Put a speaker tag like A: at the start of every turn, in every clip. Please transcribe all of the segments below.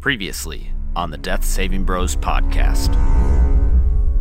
A: Previously on the Death Saving Bros podcast.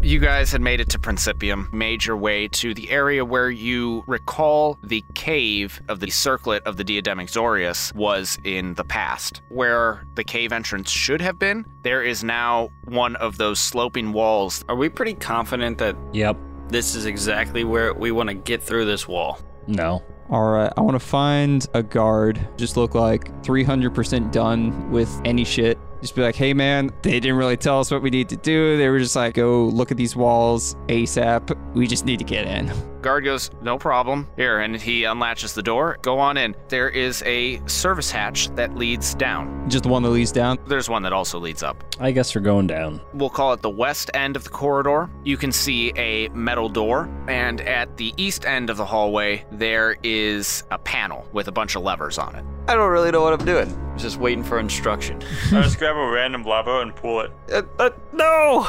B: You guys had made it to Principium, made your way to the area where you recall the cave of the circlet of the Diademic Zorius was in the past. Where the cave entrance should have been, there is now one of those sloping walls.
C: Are we pretty confident that
D: Yep.
C: this is exactly where we want to get through this wall?
D: No.
E: All right, I want to find a guard. Just look like 300% done with any shit. Just be like, hey man, they didn't really tell us what we need to do. They were just like, go look at these walls ASAP. We just need to get in.
B: Guard goes, No problem. Here, and he unlatches the door. Go on in. There is a service hatch that leads down.
E: Just the one that leads down.
B: There's one that also leads up.
D: I guess we're going down.
B: we'll call it the west end of the corridor, you can see a metal door. And at the east end of the hallway, there is a panel with a bunch of levers on it.
F: I don't really know what I'm doing.
C: Just waiting for instruction.
G: I just grab a random lava and pull it.
F: Uh, uh, no!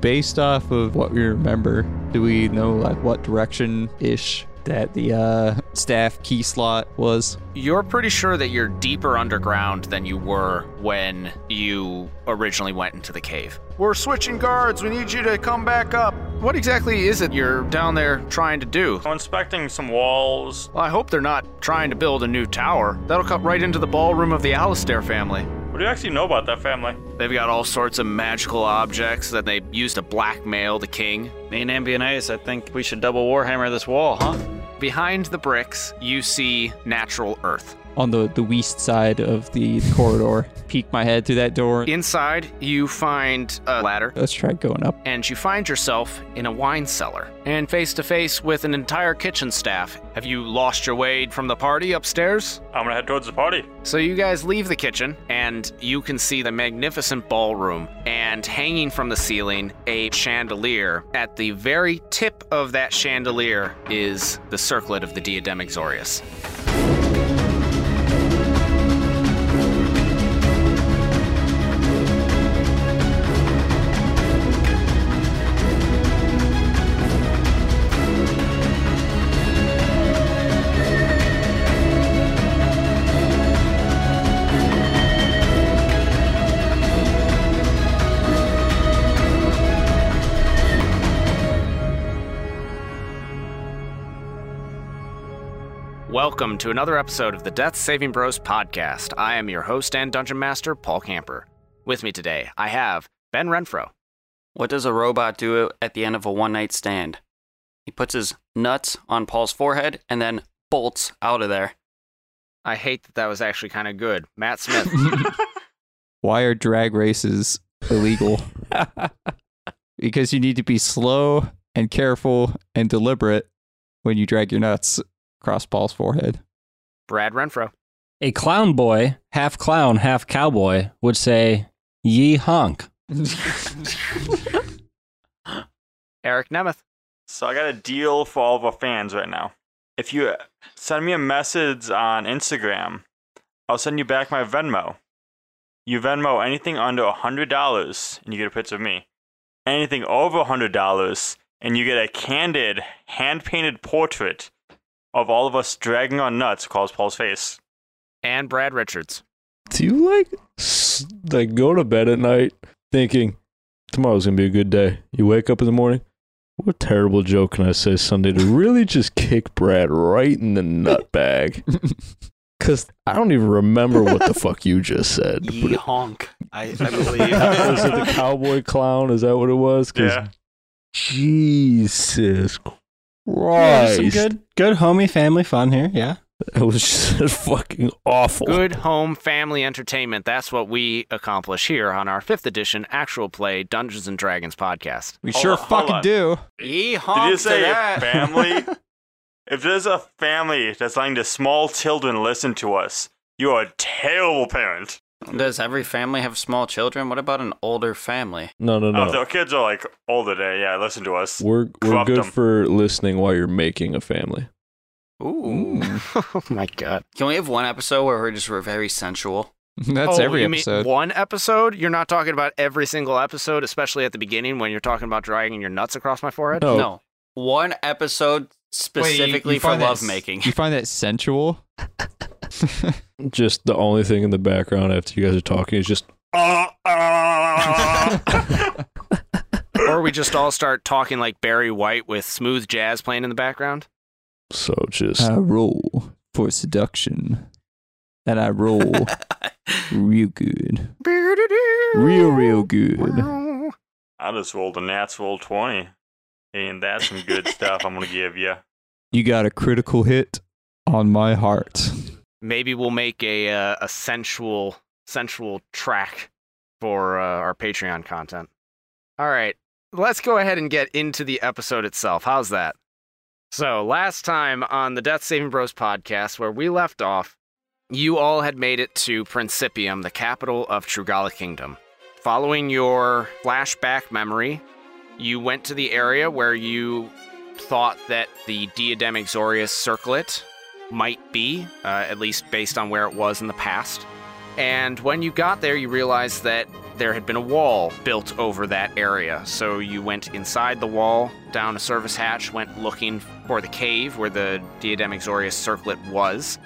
E: Based off of what we remember, do we know like what direction ish that the uh, staff key slot was?
B: You're pretty sure that you're deeper underground than you were when you originally went into the cave. We're switching guards. We need you to come back up. What exactly is it you're down there trying to do?
G: I'm inspecting some walls.
B: Well, I hope they're not trying to build a new tower. That'll cut right into the ballroom of the Alistair family.
G: What do you actually know about that family?
B: They've got all sorts of magical objects that they use to blackmail the king.
C: Me and Ambionaeus, I think we should double Warhammer this wall, huh?
B: Behind the bricks, you see natural earth.
E: On the, the west side of the corridor. Peek my head through that door.
B: Inside, you find a ladder,
E: Let's try going up.
B: and you find yourself in a wine cellar and face to face with an entire kitchen staff. Have you lost your way from the party upstairs?
G: I'm gonna head towards the party.
B: So you guys leave the kitchen, and you can see the magnificent ballroom, and hanging from the ceiling, a chandelier. At the very tip of that chandelier is the circlet of the Diademic Zorius. Welcome to another episode of the Death Saving Bros podcast. I am your host and dungeon master, Paul Camper. With me today, I have Ben Renfro,
C: What does a robot do at the end of a one night stand? He puts his nuts on Paul's forehead and then bolts out of there.
B: I hate that that was actually kind of good. Matt Smith.
E: Why are drag races illegal? because you need to be slow and careful and deliberate when you drag your nuts across Paul's forehead.
B: Brad Renfro.
D: A clown boy, half clown, half cowboy, would say, Ye honk.
B: Eric Nemeth.
G: So I got a deal for all of our fans right now. If you uh, send me a message on Instagram, I'll send you back my Venmo. You Venmo anything under a hundred dollars, and you get a picture of me. Anything over a hundred dollars, and you get a candid, hand-painted portrait of all of us dragging our nuts across Paul's face.
B: And Brad Richards.
H: Do you like s- like go to bed at night thinking tomorrow's gonna be a good day? You wake up in the morning. What terrible joke can I say Sunday to really just kick Brad right in the nut bag? Cause I don't even remember what the fuck you just said. but
C: Ye honk. I, I
H: it-
C: believe.
H: was it the cowboy clown? Is that what it was? 'Cause
G: Yeah.
H: Jesus
D: Yeah,
H: Christ!
D: some good, good homie family fun here. Yeah.
H: It was just fucking awful.
B: Good home family entertainment. That's what we accomplish here on our fifth edition actual play Dungeons and Dragons podcast.
E: We
G: Hold
E: sure
G: on, hold
E: fucking
G: on.
E: do.
C: Ye
G: Did
C: honk.
G: you say
C: to
G: a
C: that.
G: family? if there's a family that's letting the small children listen to us, you are a terrible parent.
C: Does every family have small children? What about an older family?
H: No, no, no.
G: Oh, if their kids are like older, they yeah, listen to us.
H: We're we're
G: Corrupt
H: good
G: 'em.
H: for listening while you're making a family.
C: Ooh.
B: oh my god.
C: Can we have one episode where we're just we're very sensual?
E: That's
B: Oh,
E: every
B: you mean
E: episode.
B: one episode? You're not talking about every single episode, especially at the beginning when you're talking about dragging your nuts across my forehead?
H: No.
C: No. One episode specifically for lovemaking.
E: You find that sensual?
H: Just the only thing in the background after you guys are talking is just
B: "Ah, ah." or we just all start talking like Barry White with smooth jazz playing in the background.
H: So just
E: I roll for seduction. And I roll real good. Real, real good.
G: I just rolled a natural 20. And that's some good stuff I'm going to give you.
E: You got a critical hit on my heart.
B: Maybe we'll make a uh, a sensual sensual track for uh, our Patreon content. All right, let's go ahead and get into the episode itself. How's that? So last time on the Death Saving Bros podcast, where we left off, you all had made it to Principium, the capital of Trugala Kingdom. Following your flashback memory, you went to the area where you thought that the Diadem Exorius circlet might be, uh, at least based on where it was in the past. And when you got there, you realized that there had been a wall built over that area. So you went inside the wall, down a service hatch, went looking for the cave where the Diadem Exorius circlet was,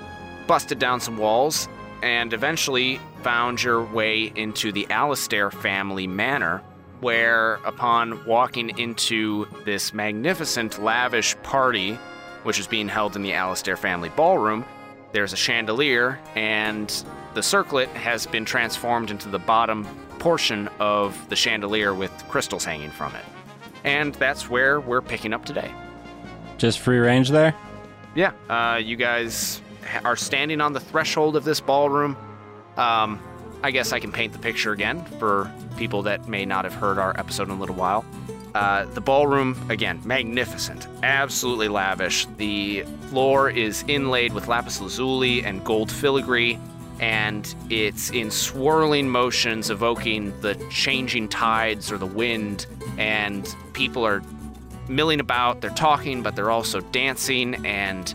B: busted down some walls, and eventually found your way into the Alistair family manor, where, upon walking into this magnificent, lavish party, which is being held in the Alistair family ballroom, there's a chandelier, and the circlet has been transformed into the bottom portion of the chandelier with crystals hanging from it. And that's where we're picking up today.
D: Just free range there?
B: Yeah. Uh, you guys ha- are standing on the threshold of this ballroom. Um, I guess I can paint the picture again for people that may not have heard our episode in a little while. Uh, the ballroom, again, magnificent, absolutely lavish. The floor is inlaid with lapis lazuli and gold filigree, and it's in swirling motions evoking the changing tides or the wind, and people are milling about. They're talking, but they're also dancing, and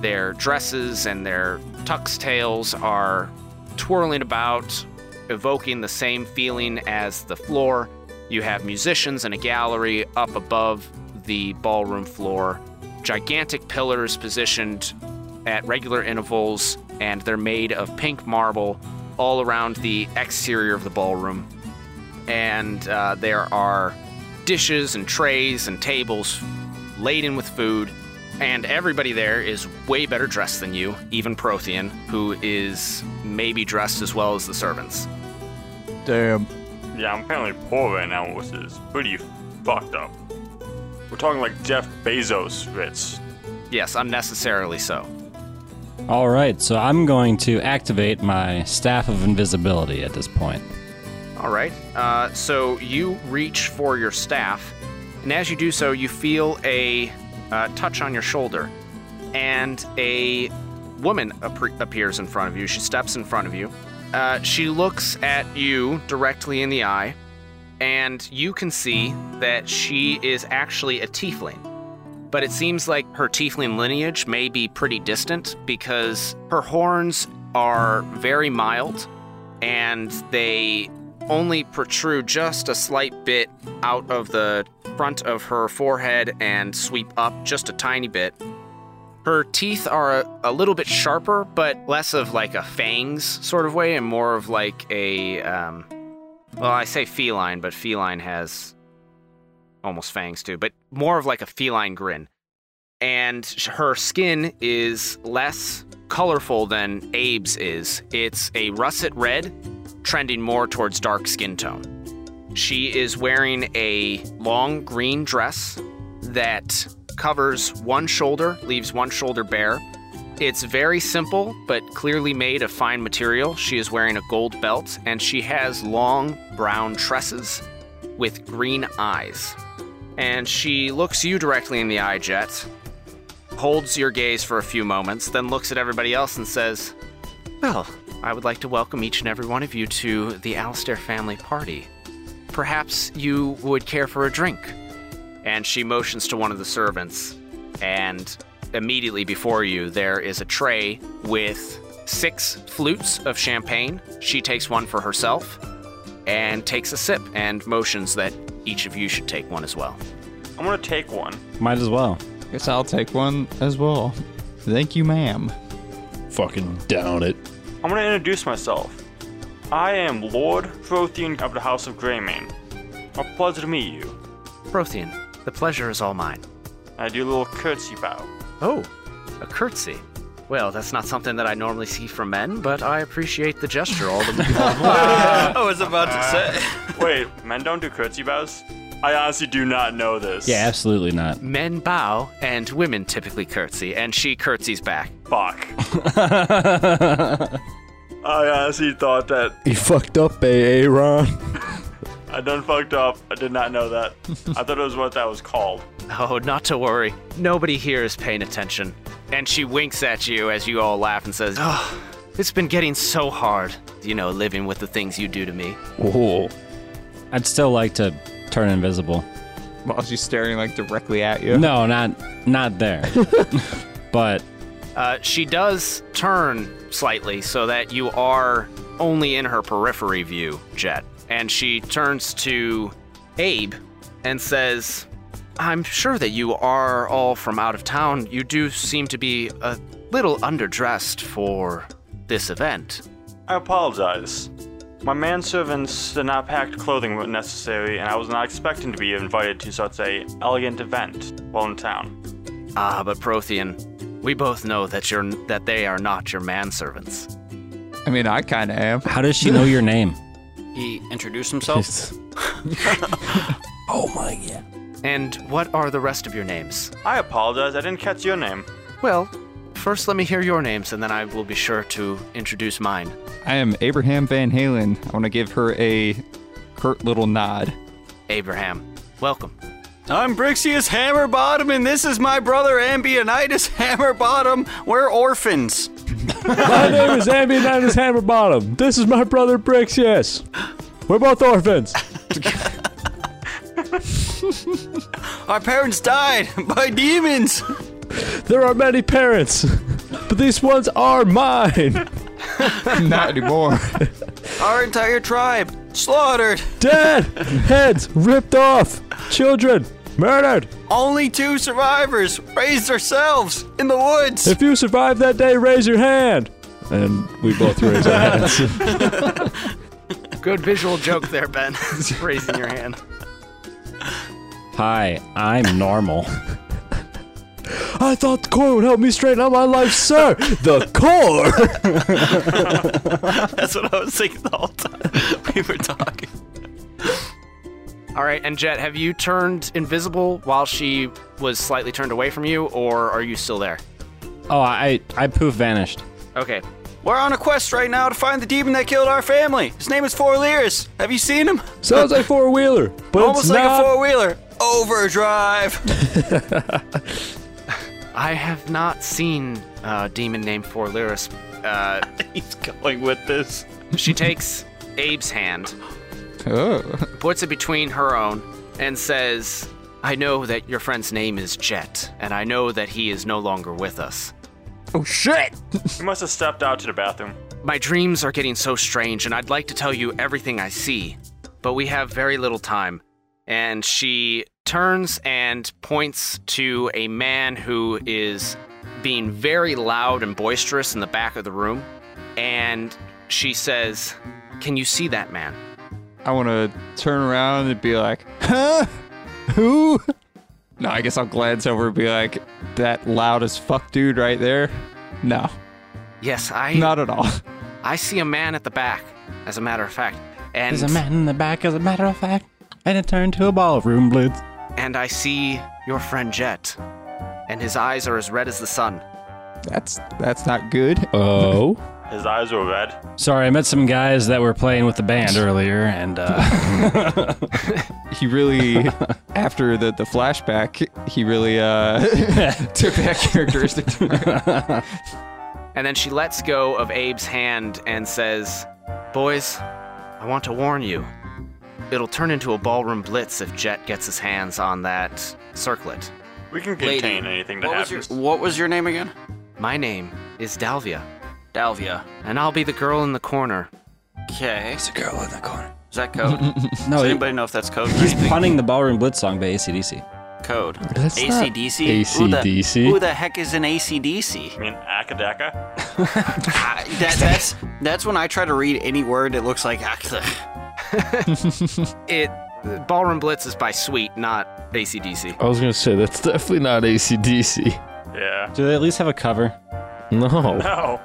B: their dresses and their tux tails are twirling about, evoking the same feeling as the floor. You have musicians in a gallery up above the ballroom floor, gigantic pillars positioned at regular intervals, and they're made of pink marble all around the exterior of the ballroom and uh, there are dishes and trays and tables laden with food. And everybody there is way better dressed than you, even Prothean, who is maybe dressed as well as the servants.
E: Damn.
G: Yeah, I'm apparently poor right now, which is pretty fucked up. We're talking like Jeff Bezos Ritz.
B: Yes, unnecessarily so.
D: All right, so I'm going to activate my staff of invisibility at this point.
B: All right. Uh, so you reach for your staff, and as you do so, you feel a uh, touch on your shoulder, and a woman ap- appears in front of you. She steps in front of you. Uh, she looks at you directly in the eye, and you can see that she is actually a tiefling. But it seems like her tiefling lineage may be pretty distant because her horns are very mild and they only protrude just a slight bit out of the front of her forehead and sweep up just a tiny bit. Her teeth are a, a little bit sharper, but less of like a fangs sort of way and more of like a, um, well, I say feline, but feline has almost fangs too, but more of like a feline grin. And sh- her skin is less colorful than Abe's is. It's a russet red trending more towards dark skin tone. She is wearing a long green dress that covers one shoulder, leaves one shoulder bare. It's very simple, but clearly made of fine material. She is wearing a gold belt and she has long brown tresses with green eyes. And she looks you directly in the eye, Jet, holds your gaze for a few moments, then looks at everybody else and says, well, I would like to welcome each and every one of you to the Alistair family party. Perhaps you would care for a drink. And she motions to one of the servants, and immediately before you, there is a tray with six flutes of champagne. She takes one for herself and takes a sip and motions that each of you should take one as well.
G: I'm going to take one.
D: Might as well.
E: Guess I'll take one as well. Thank you, ma'am.
H: fucking down it.
G: I'm going to introduce myself. I am Lord Prothean of the House of Greymane. A pleasure to meet you.
B: Prothean, the pleasure is all mine.
G: I do a little curtsy bow.
B: Oh, a curtsy. Well, that's not something that I normally see from men, but I appreciate the gesture all the more.
C: I was about to say.
G: Wait, men don't do curtsy bows? I honestly do not know this.
D: Yeah, absolutely not.
B: men bow, and women typically curtsy, and she curtsies back.
G: Fuck. I honestly thought that
H: You fucked up, AA Ron.
G: I done fucked up. I did not know that. I thought it was what that was called.
B: Oh, not to worry. Nobody here is paying attention. And she winks at you as you all laugh and says, Oh, it's been getting so hard, you know, living with the things you do to me.
H: Whoa.
D: I'd still like to turn invisible.
E: While she's staring like directly at you.
D: No, not not there. but
B: Uh, she does turn slightly so that you are only in her periphery view, Jet. And she turns to Abe and says, I'm sure that you are all from out of town. You do seem to be a little underdressed for this event.
G: I apologize. My manservants did not pack clothing when necessary, and I was not expecting to be invited to such a elegant event while in town.
B: Ah, but Prothean, we both know that you're that they are not your manservants.
E: I mean, I kind of am.
D: how does she know your name?
C: He introduced himself.
B: And what are the rest of your names?
G: I apologize. I didn't catch your name.
B: Well, first let me hear your names and then I will be sure to introduce mine.
E: I am Abraham Van Halen. I want to give her a curt little nod.
B: Abraham, welcome.
C: I'm Brixius Hammerbottom, and this is my brother Ambionitis Hammerbottom. We're orphans.
H: My name is Ambionitis Hammerbottom. This is my brother Bricks, yes. We're both orphans.
C: Our parents died by demons.
H: There are many parents, but these ones are mine.
E: Not anymore.
C: Our entire tribe slaughtered.
H: Dead, heads ripped off, children murdered.
C: Only two survivors raised ourselves in the woods.
H: If you survived that day, raise your hand. And we both raise our hands.
B: Good visual joke there, Ben. Raising your hand.
D: Hi, I'm normal.
H: I thought the core would help me straighten out my life, sir. The core.
C: That's what I was thinking the whole time we were talking.
B: All right, and Jet, have you turned invisible while she was slightly turned away from you, or are you still there?
D: Oh, I I poof vanished.
B: Okay.
C: We're on a quest right now to find the demon that killed our family. His name is Four Lears. Have you seen him?
H: Sounds like four wheeler, but
C: Almost
H: it's
C: like
H: not.
C: a four wheeler. Overdrive.
B: I have not seen uh, demon named Four Lyris. Uh,
C: He's going with this.
B: she takes Abe's hand
E: oh.
B: puts it between her own and says, I know that your friend's name is Jet, and I know that he is no longer with us.
E: oh, shit!
G: You must have stepped out to the bathroom.
B: My dreams are getting so strange, and I'd like to tell you everything I see, but we have very little time. And she turns and points to a man who is being very loud and boisterous in the back of the room. And she says, Can you see that man?
E: I want to turn around and be like, huh? Who? No, I guess I'll glance over and be like, that loud as fuck dude right there? No,
B: Yes, I
E: not at all.
B: I see a man at the back, as a matter of fact. And
D: There's a man in the back, as a matter of fact, and it turned to a ballroom blitz.
B: and I see your friend Jet. And his eyes are as red as the sun.
E: That's that's not good.
H: Oh.
G: His eyes were red.
D: Sorry, I met some guys that were playing with the band earlier, and uh,
E: He really, after the, the flashback, he really uh, took that characteristic. to heart.
B: And then she lets go of Abe's hand and says, Boys, I want to warn you. It'll turn into a ballroom blitz if Jet gets his hands on that circlet.
G: We can
C: Lady,
G: contain anything that
C: What was, your,
G: happens.
C: what was your name again?
B: My name is Dalvia,
C: Dalvia.
B: and I'll be the girl in the corner.
C: Okay. It's a girl in the corner. Is that code? Does
D: no, he-
C: anybody know if that's code or
D: he's
C: anything?
D: punning the ballroom blitz song by ACDC.
C: code.
H: That's not
C: ACDC? Who the-
H: AC/DC.
C: Who the heck is an ACDC?
G: I mean, Akadaka?
C: I- that, that's that's when I try to read any word that looks like "Ah,
B: It Ballroom Blitz is by Sweet, not ACDC.
H: I was gonna say that's definitely not ACDC.
G: Yeah.
D: Do they at least have a cover?
H: No.
G: No.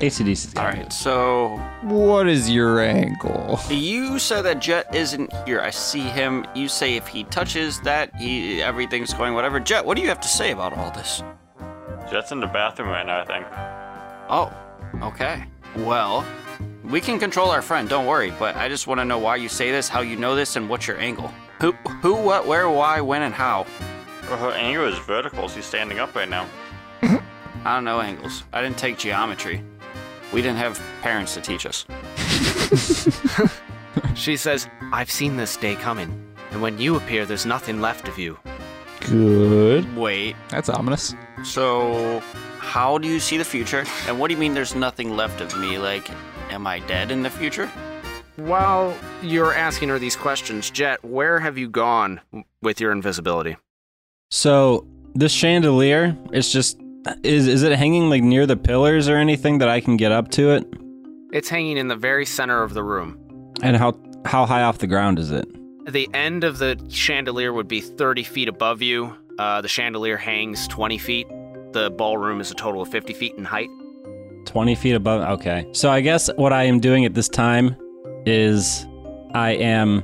D: ACDC.
C: All right, so
E: What is your angle?
C: you said that Jet isn't here. I see him. You say if he touches that, he everything's going whatever. Jet, what do you have to say about all this?
G: Jet's in the bathroom right now, I think.
C: Oh, okay. Well, we can control our friend. Don't worry. But I just want to know why you say this, how you know this, and what's your angle. Who, who, what, where, why, when, and how.
G: Well, her angle is vertical. She's standing up right now.
C: I don't know angles. I didn't take geometry. We didn't have parents to teach us.
B: She says, I've seen this day coming, and when you appear, there's nothing left of you.
H: Good.
C: Wait.
E: That's ominous.
C: So, how do you see the future? And what do you mean there's nothing left of me? Like, am I dead in the future?
B: While you're asking her these questions, Jet, where have you gone with your invisibility?
D: So this chandelier, it's just is is it hanging like near the pillars or anything that I can get up to it?
B: It's hanging in the very center of the room.
D: And how how high off the ground is it?
B: The end of the chandelier would be 30 feet above you. Uh, the chandelier hangs 20 feet. The ballroom is a total of 50 feet in height.
D: 20 feet above. Okay. So I guess what I am doing at this time is I am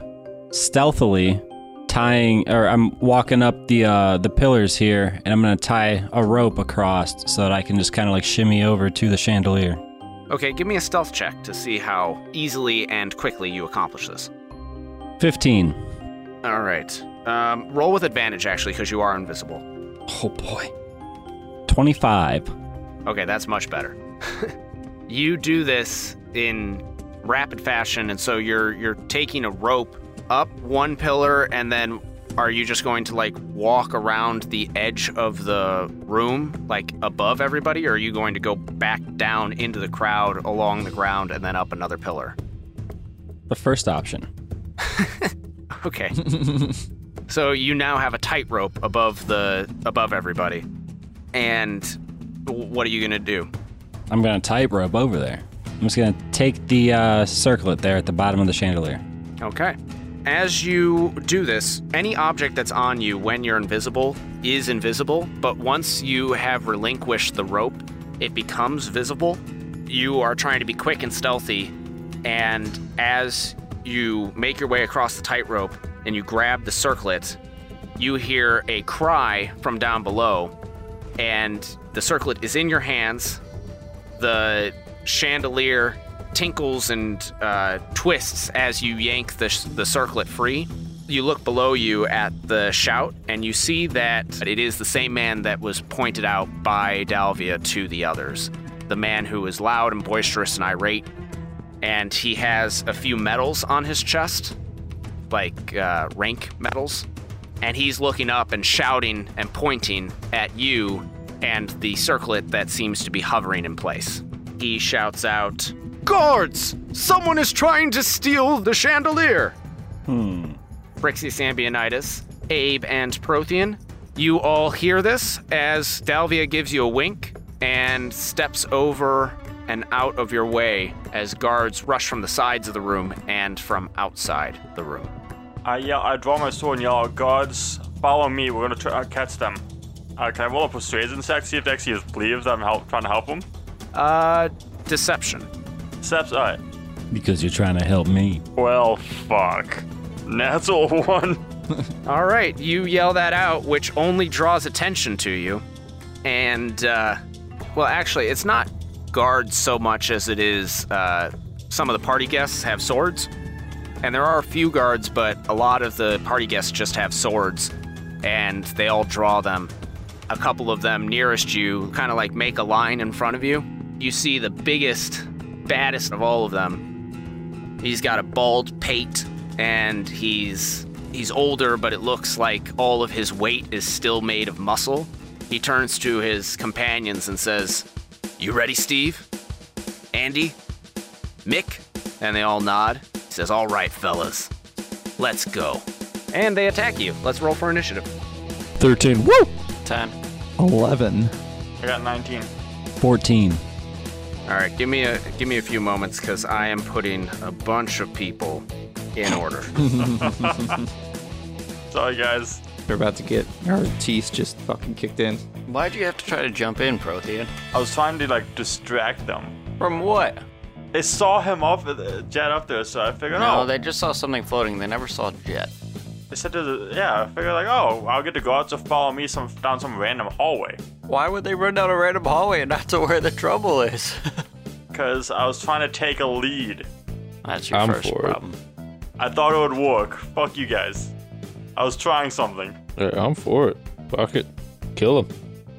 D: stealthily tying or I'm walking up the uh the pillars here and I'm going to tie a rope across so that I can just kind of like shimmy over to the chandelier.
B: Okay, give me a stealth check to see how easily and quickly you accomplish this.
D: 15.
B: All right. Um, roll with advantage, actually, because you are invisible.
D: Oh boy. 25.
B: Okay, that's much better. you do this in rapid fashion, and so you're you're taking a rope up one pillar, and then are you just going to like walk around the edge of the room, like above everybody, or are you going to go back down into the crowd, along the ground, and then up another pillar?
D: The first option.
B: Okay. so you now have a tightrope above the above everybody, and w- what are you gonna do?
D: I'm going to tightrope over there. I'm just going to take the uh, circlet there at the bottom of the chandelier.
B: Okay. As you do this, any object that's on you when you're invisible is invisible, but once you have relinquished the rope, it becomes visible. You are trying to be quick and stealthy, and as you make your way across the tightrope and you grab the circlet, you hear a cry from down below, and the circlet is in your hands, the chandelier tinkles and uh, twists as you yank the, the circlet free. You look below you at the shout, and you see that it is the same man that was pointed out by Dalvia to the others. The man who is loud and boisterous and irate, and he has a few medals on his chest, like uh, rank medals. And he's looking up and shouting and pointing at you and the circlet that seems to be hovering in place. He shouts out, Guards! Someone is trying to steal the chandelier! Hmm. Brixie Sambionitis, Abe, and Prothean, you all hear this as Dalvia gives you a wink and steps over and out of your way as guards rush from the sides of the room and from outside the room.
G: I yell. I draw my sword and yell, "Guards, follow me. We're gonna try uh, catch them." Uh, can I roll a persuasion check see if they actually believes I'm help, trying to help them?
B: Uh, deception.
G: Steps. All right.
D: Because you're trying to help me.
G: Well, fuck. Natural one.
B: All right, you yell that out, which only draws attention to you. And, uh, well, actually, it's not guards so much as it is uh, some of the party guests have swords. And there are a few guards, but a lot of the party guests just have swords, and they all draw them. A couple of them nearest you kind of like make a line in front of you. You see the biggest, baddest of all of them He's got a bald pate and he's he's older but it looks like all of his weight is still made of muscle. He turns to his companions and says, "You ready, Steve? Andy? Mick?" And they all nod. He says, "All right, fellas. Let's go." And they attack you. Let's roll for initiative.
H: 13. Woo!
C: 10.
E: 11.
G: I got 19.
D: 14.
B: All right, give me a give me a few moments because I am putting a bunch of people in order.
G: Sorry, guys.
E: We're about to get our teeth just fucking kicked in.
C: Why'd you have to try to jump in, Prothean?
G: I was trying to like distract them.
C: From what?
G: They saw him off uh, jet up there, so I figured,
C: No,
G: oh,
C: they just saw something floating. They never saw Jet.
G: they said, to the, yeah, I figured like, oh, I'll get to go out to follow me some down some random hallway.
C: Why would they run down a random hallway and not to where the trouble is?
G: Cause I was trying to take a lead.
C: That's your
H: I'm
C: first
H: for it.
C: problem.
G: I thought it would work. Fuck you guys. I was trying something.
H: Hey, I'm for it. Fuck it. Kill him.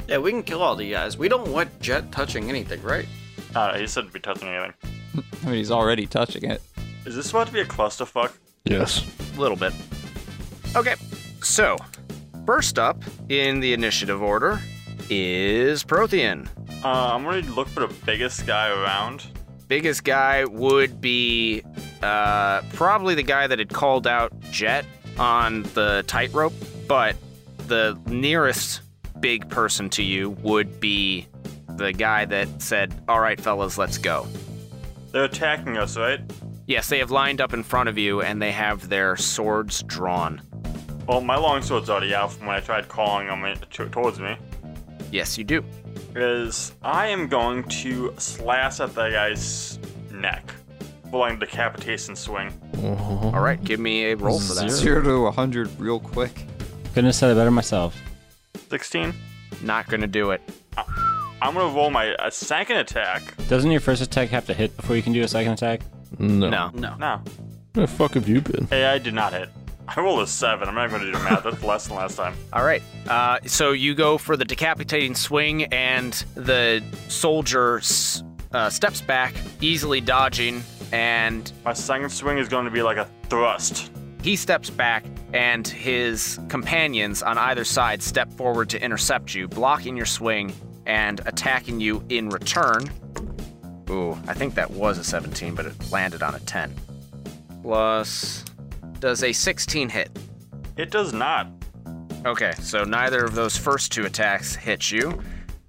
C: Yeah, we can kill all the guys. We don't want Jet touching anything, right?
G: Uh, he said to be touching anything.
E: I mean, he's already touching it.
G: Is this about to be a clusterfuck?
H: Yes.
B: A little bit. Okay, so first up in the initiative order is Prothean.
G: Uh, I'm gonna look for the biggest guy around.
B: Biggest guy would be uh, probably the guy that had called out Jet on the tightrope, but the nearest big person to you would be the guy that said, "All right, fellas, let's go."
G: They're attacking us, right?
B: Yes, they have lined up in front of you and they have their swords drawn.
G: Well, my longsword's already out from when I tried calling them in- to- towards me.
B: Yes, you do.
G: Is I am going to slash at that guy's neck, pulling decapitation swing.
B: All right, give me a roll for that.
E: Zero to 100 real quick.
D: Couldn't have said it better myself.
G: 16.
B: Not gonna do it.
G: I'm gonna roll my a second attack.
D: Doesn't your first attack have to hit before you can do a second attack?
H: No.
B: No.
G: No.
H: Where the fuck have you been?
G: Hey, I did not hit. I rolled a seven. I'm not gonna do the math. That's less than last time.
B: All right. Uh, so you go for the decapitating swing, and the soldier s- uh, steps back, easily dodging, and
G: My second swing is going to be like a thrust.
B: he steps back, and his companions on either side step forward to intercept you, blocking your swing and attacking you in return. Ooh, I think that was a 17, but it landed on a 10. Plus, does a 16 hit?
G: It does not.
B: Okay, so neither of those first two attacks hit you,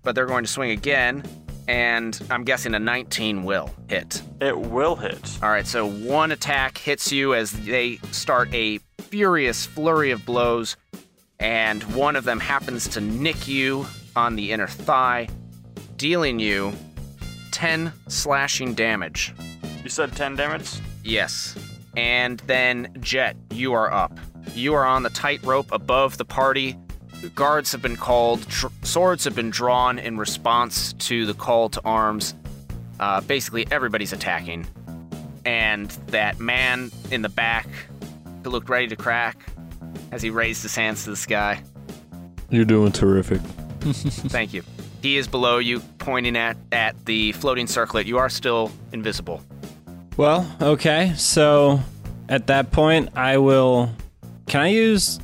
B: but they're going to swing again, and I'm guessing a 19 will hit.
G: It will hit.
B: All right, so one attack hits you as they start a furious flurry of blows, and one of them happens to nick you on the inner thigh, dealing you 10 slashing damage.
G: You said 10 damage?
B: Yes. And then, Jet, you are up. You are on the tightrope above the party. Guards have been called, tr- swords have been drawn in response to the call to arms. Uh, basically, everybody's attacking. And that man in the back who looked ready to crack as he raised his hands to the sky.
H: You're doing terrific.
B: Thank you. He is below you, pointing at, at the floating circlet. You are still invisible.
D: Well, okay. So at that point, I will. Can I use.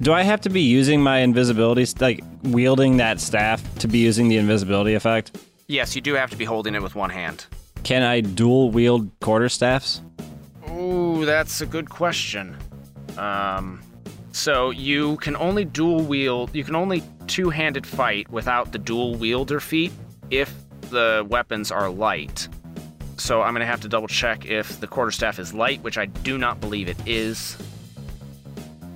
D: Do I have to be using my invisibility, st- like wielding that staff to be using the invisibility effect?
B: Yes, you do have to be holding it with one hand.
D: Can I dual wield quarter staffs?
B: Ooh, that's a good question. Um, so you can only dual wield, you can only two handed fight without the dual wielder feat if the weapons are light. So I'm going to have to double check if the quarterstaff is light, which I do not believe it is.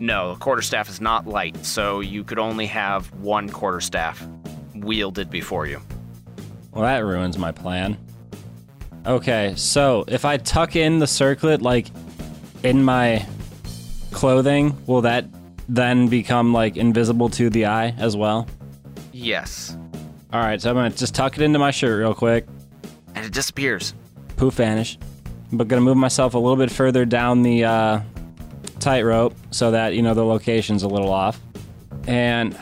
B: No, the quarterstaff is not light, so you could only have one quarterstaff wielded before you.
D: Well, that ruins my plan. Okay, so if I tuck in the circlet, like in my clothing, will that then become like invisible to the eye as well?
B: Yes.
D: All right, so I'm gonna just tuck it into my shirt real quick.
B: And it disappears.
D: Poof, vanish. But gonna move myself a little bit further down the uh, tightrope so that you know the location's a little off. And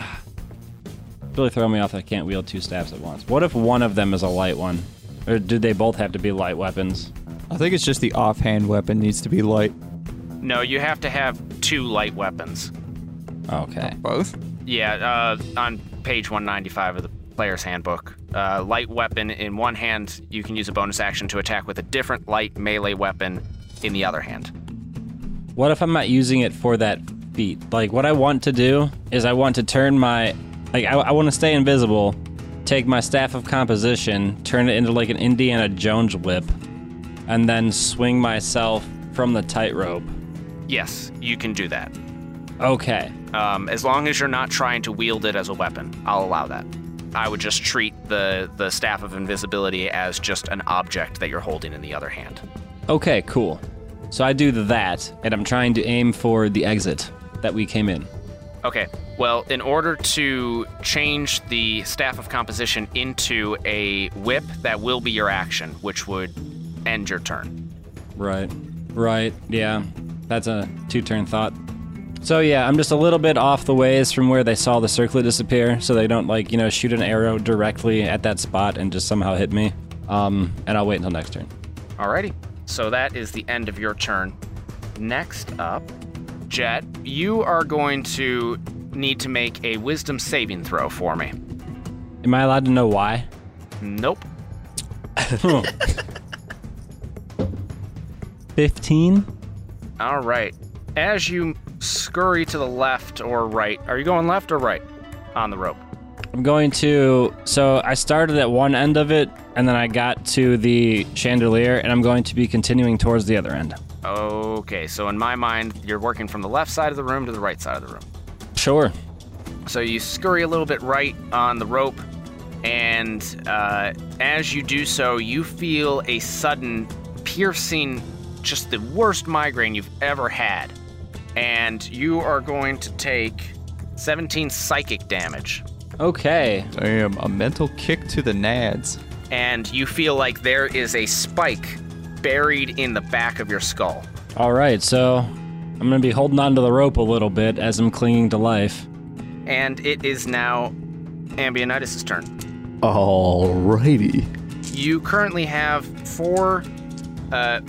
D: really throw me off. that I can't wield two staffs at once. What if one of them is a light one, or do they both have to be light weapons?
E: I think it's just the offhand weapon needs to be light.
B: No, you have to have two light weapons.
D: Okay.
E: Both?
B: Yeah, uh, on page 195 of the player's handbook. Uh, light weapon in one hand, you can use a bonus action to attack with a different light melee weapon in the other hand.
D: What if I'm not using it for that feat? Like, what I want to do is I want to turn my. Like, I, I want to stay invisible, take my staff of composition, turn it into like an Indiana Jones whip, and then swing myself from the tightrope.
B: Yes, you can do that.
D: Okay.
B: Um, as long as you're not trying to wield it as a weapon, I'll allow that. I would just treat the, the staff of invisibility as just an object that you're holding in the other hand.
D: Okay, cool. So I do that, and I'm trying to aim for the exit that we came in.
B: Okay. Well, in order to change the staff of composition into a whip, that will be your action, which would end your turn.
D: Right. Right. Yeah. That's a two turn thought. So yeah, I'm just a little bit off the ways from where they saw the circlet disappear, so they don't like, you know, shoot an arrow directly at that spot and just somehow hit me. Um, and I'll wait until next turn.
B: Alrighty. So that is the end of your turn. Next up, Jet, you are going to need to make a wisdom saving throw for me.
D: Am I allowed to know why?
B: Nope.
D: 15?
B: All right. As you scurry to the left or right, are you going left or right on the rope?
D: I'm going to. So I started at one end of it, and then I got to the chandelier, and I'm going to be continuing towards the other end.
B: Okay, so in my mind, you're working from the left side of the room to the right side of the room.
D: Sure.
B: So you scurry a little bit right on the rope, and uh, as you do so, you feel a sudden piercing, just the worst migraine you've ever had. And you are going to take 17 psychic damage.
D: Okay.
E: Damn, a mental kick to the nads.
B: And you feel like there is a spike buried in the back of your skull.
D: All right, so I'm going to be holding onto the rope a little bit as I'm clinging to life.
B: And it is now Ambionitis' turn.
H: Alrighty.
B: You currently have four uh,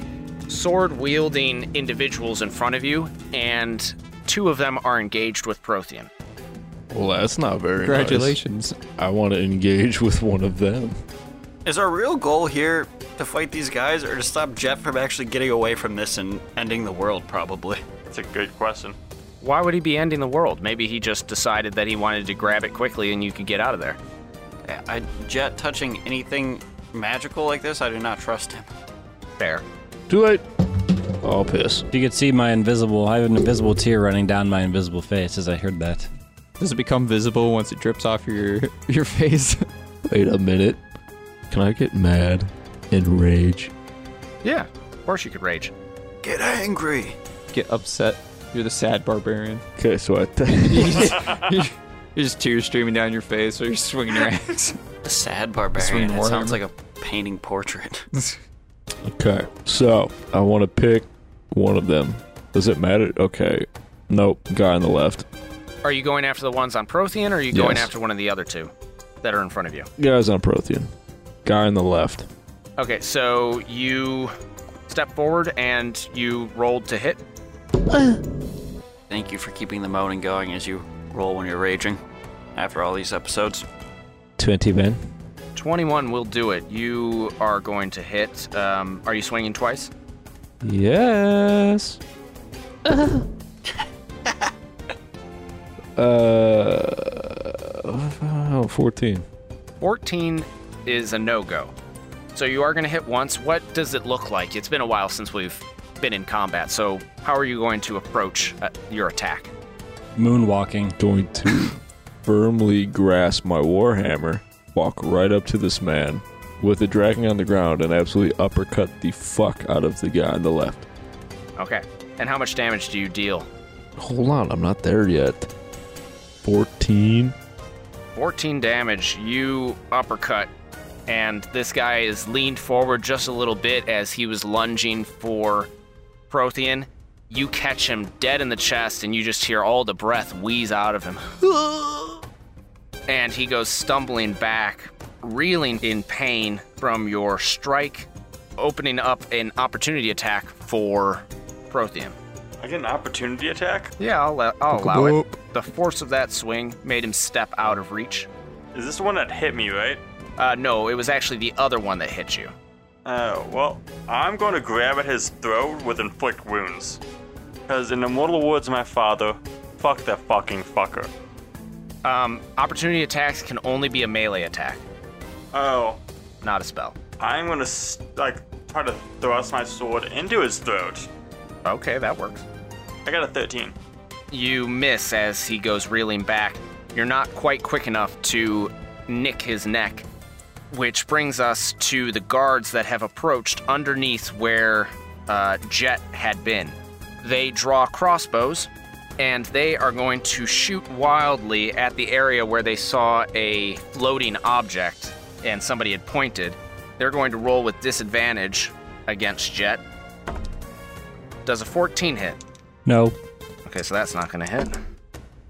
B: sword wielding individuals in front of you, and two of them are engaged with Prothean.
H: Well, that's not very nice.
E: Congratulations.
H: I want to engage with one of them.
C: Is our real goal here to fight these guys or to stop Jet from actually getting away from this and ending the world, probably?
G: That's a good question.
B: Why would he be ending the world? Maybe he just decided that he wanted to grab it quickly and you could get out of there.
C: Yeah, I, Jet touching anything magical like this, I do not trust him.
B: Fair.
H: Too late. Oh, piss.
D: If you could see my invisible, I have an invisible tear running down my invisible face as I heard that.
E: Does it become visible once it drips off your your face?
H: Wait a minute. Can I get mad and rage?
B: Yeah, of course you could rage.
C: Get angry!
E: Get upset. You're the sad barbarian.
H: Okay, so I th-
E: You're just tears streaming down your face or you're swinging your axe.
C: The sad barbarian.
E: Swing
C: It sounds
E: Warhammer.
C: like a painting portrait.
H: okay, so I want to pick one of them. Does it matter? Okay, nope. Guy on the left.
B: Are you going after the ones on Prothean or are you going
H: Yes.
B: after one of the other two that are in front of you?
H: Guy's on Prothean. Guy on the left.
B: Okay, so you step forward and you rolled to hit.
C: Thank you for keeping the moaning going as you roll when you're raging. After all these episodes,
H: Twenty man.
B: 21 will do it. You are going to hit. Um, are you swinging twice?
H: Yes. uh, oh, 14.
B: 14 is a no go. So you are going to hit once. What does it look like? It's been a while since we've been in combat. So how are you going to approach uh, your attack?
D: Moonwalking.
H: Going to firmly grasp my warhammer, walk right up to this man with the dragon on the ground, and absolutely uppercut the fuck out of the guy on the left.
B: Okay. And how much damage do you deal?
H: Hold on, I'm not there yet. 14.
B: 14 damage. You uppercut. And this guy is leaned forward just a little bit as he was lunging for Prothean. You catch him dead in the chest, and you just hear all the breath wheeze out of him. and he goes stumbling back, reeling in pain from your strike, opening up an opportunity attack for Prothean.
G: I get an opportunity attack?
B: Yeah, I'll, let- I'll allow it. The force of that swing made him step out of reach.
G: Is this the one that hit me, right?
B: Uh, no, it was actually the other one that hit you.
G: Oh, well, I'm going to grab at his throat with inflict wounds. Because in the mortal words of my father, fuck that fucking fucker.
B: Um, opportunity attacks can only be a melee attack,
G: Oh,
B: not a spell.
G: I'm gonna s- like try to thrust my sword into his throat.
B: Okay, that works.
G: I got a 13.
B: You miss as he goes reeling back. You're not quite quick enough to nick his neck, which brings us to the guards that have approached underneath where uh, Jet had been. They draw crossbows and they are going to shoot wildly at the area where they saw a floating object and somebody had pointed. They're going to roll with disadvantage against Jet. Does a 14 hit?
D: No.
B: Okay, so that's not gonna hit.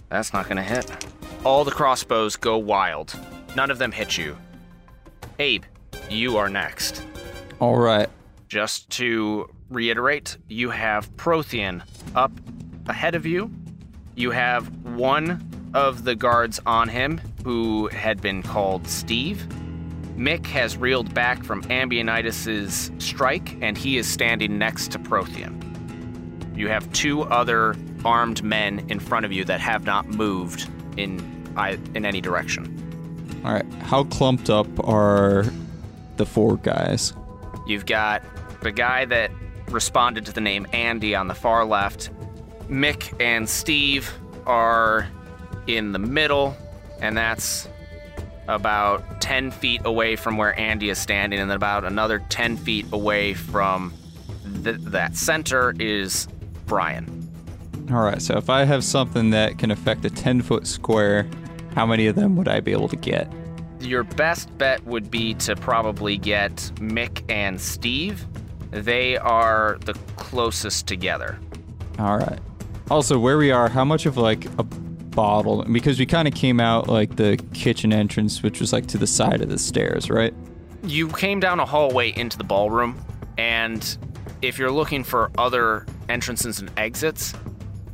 B: That's not gonna hit. All the crossbows go wild. None of them hit you. Abe, you are next.
E: All right.
B: Just to reiterate, you have Prothean up ahead of you. You have one of the guards on him who had been called Steve. Mick has reeled back from Ambionitis's strike, and he is standing next to Prothean. You have two other armed men in front of you that have not moved in I, in any direction.
E: All right. How clumped up are the four guys?
B: You've got the guy that responded to the name Andy on the far left. Mick and Steve are in the middle, and that's about 10 feet away from where Andy is standing, and then about another 10 feet away from th- that center is Brian.
E: All right. So if I have something that can affect a 10 foot square, how many of them would I be able to get?
B: Your best bet would be to probably get Mick and Steve. They are the closest together.
E: All right. Also, where we are, how much of like a bottle? Because we kind of came out like the kitchen entrance, which was like to the side of the stairs, right?
B: You came down a hallway into the ballroom, and if you're looking for other entrances and exits,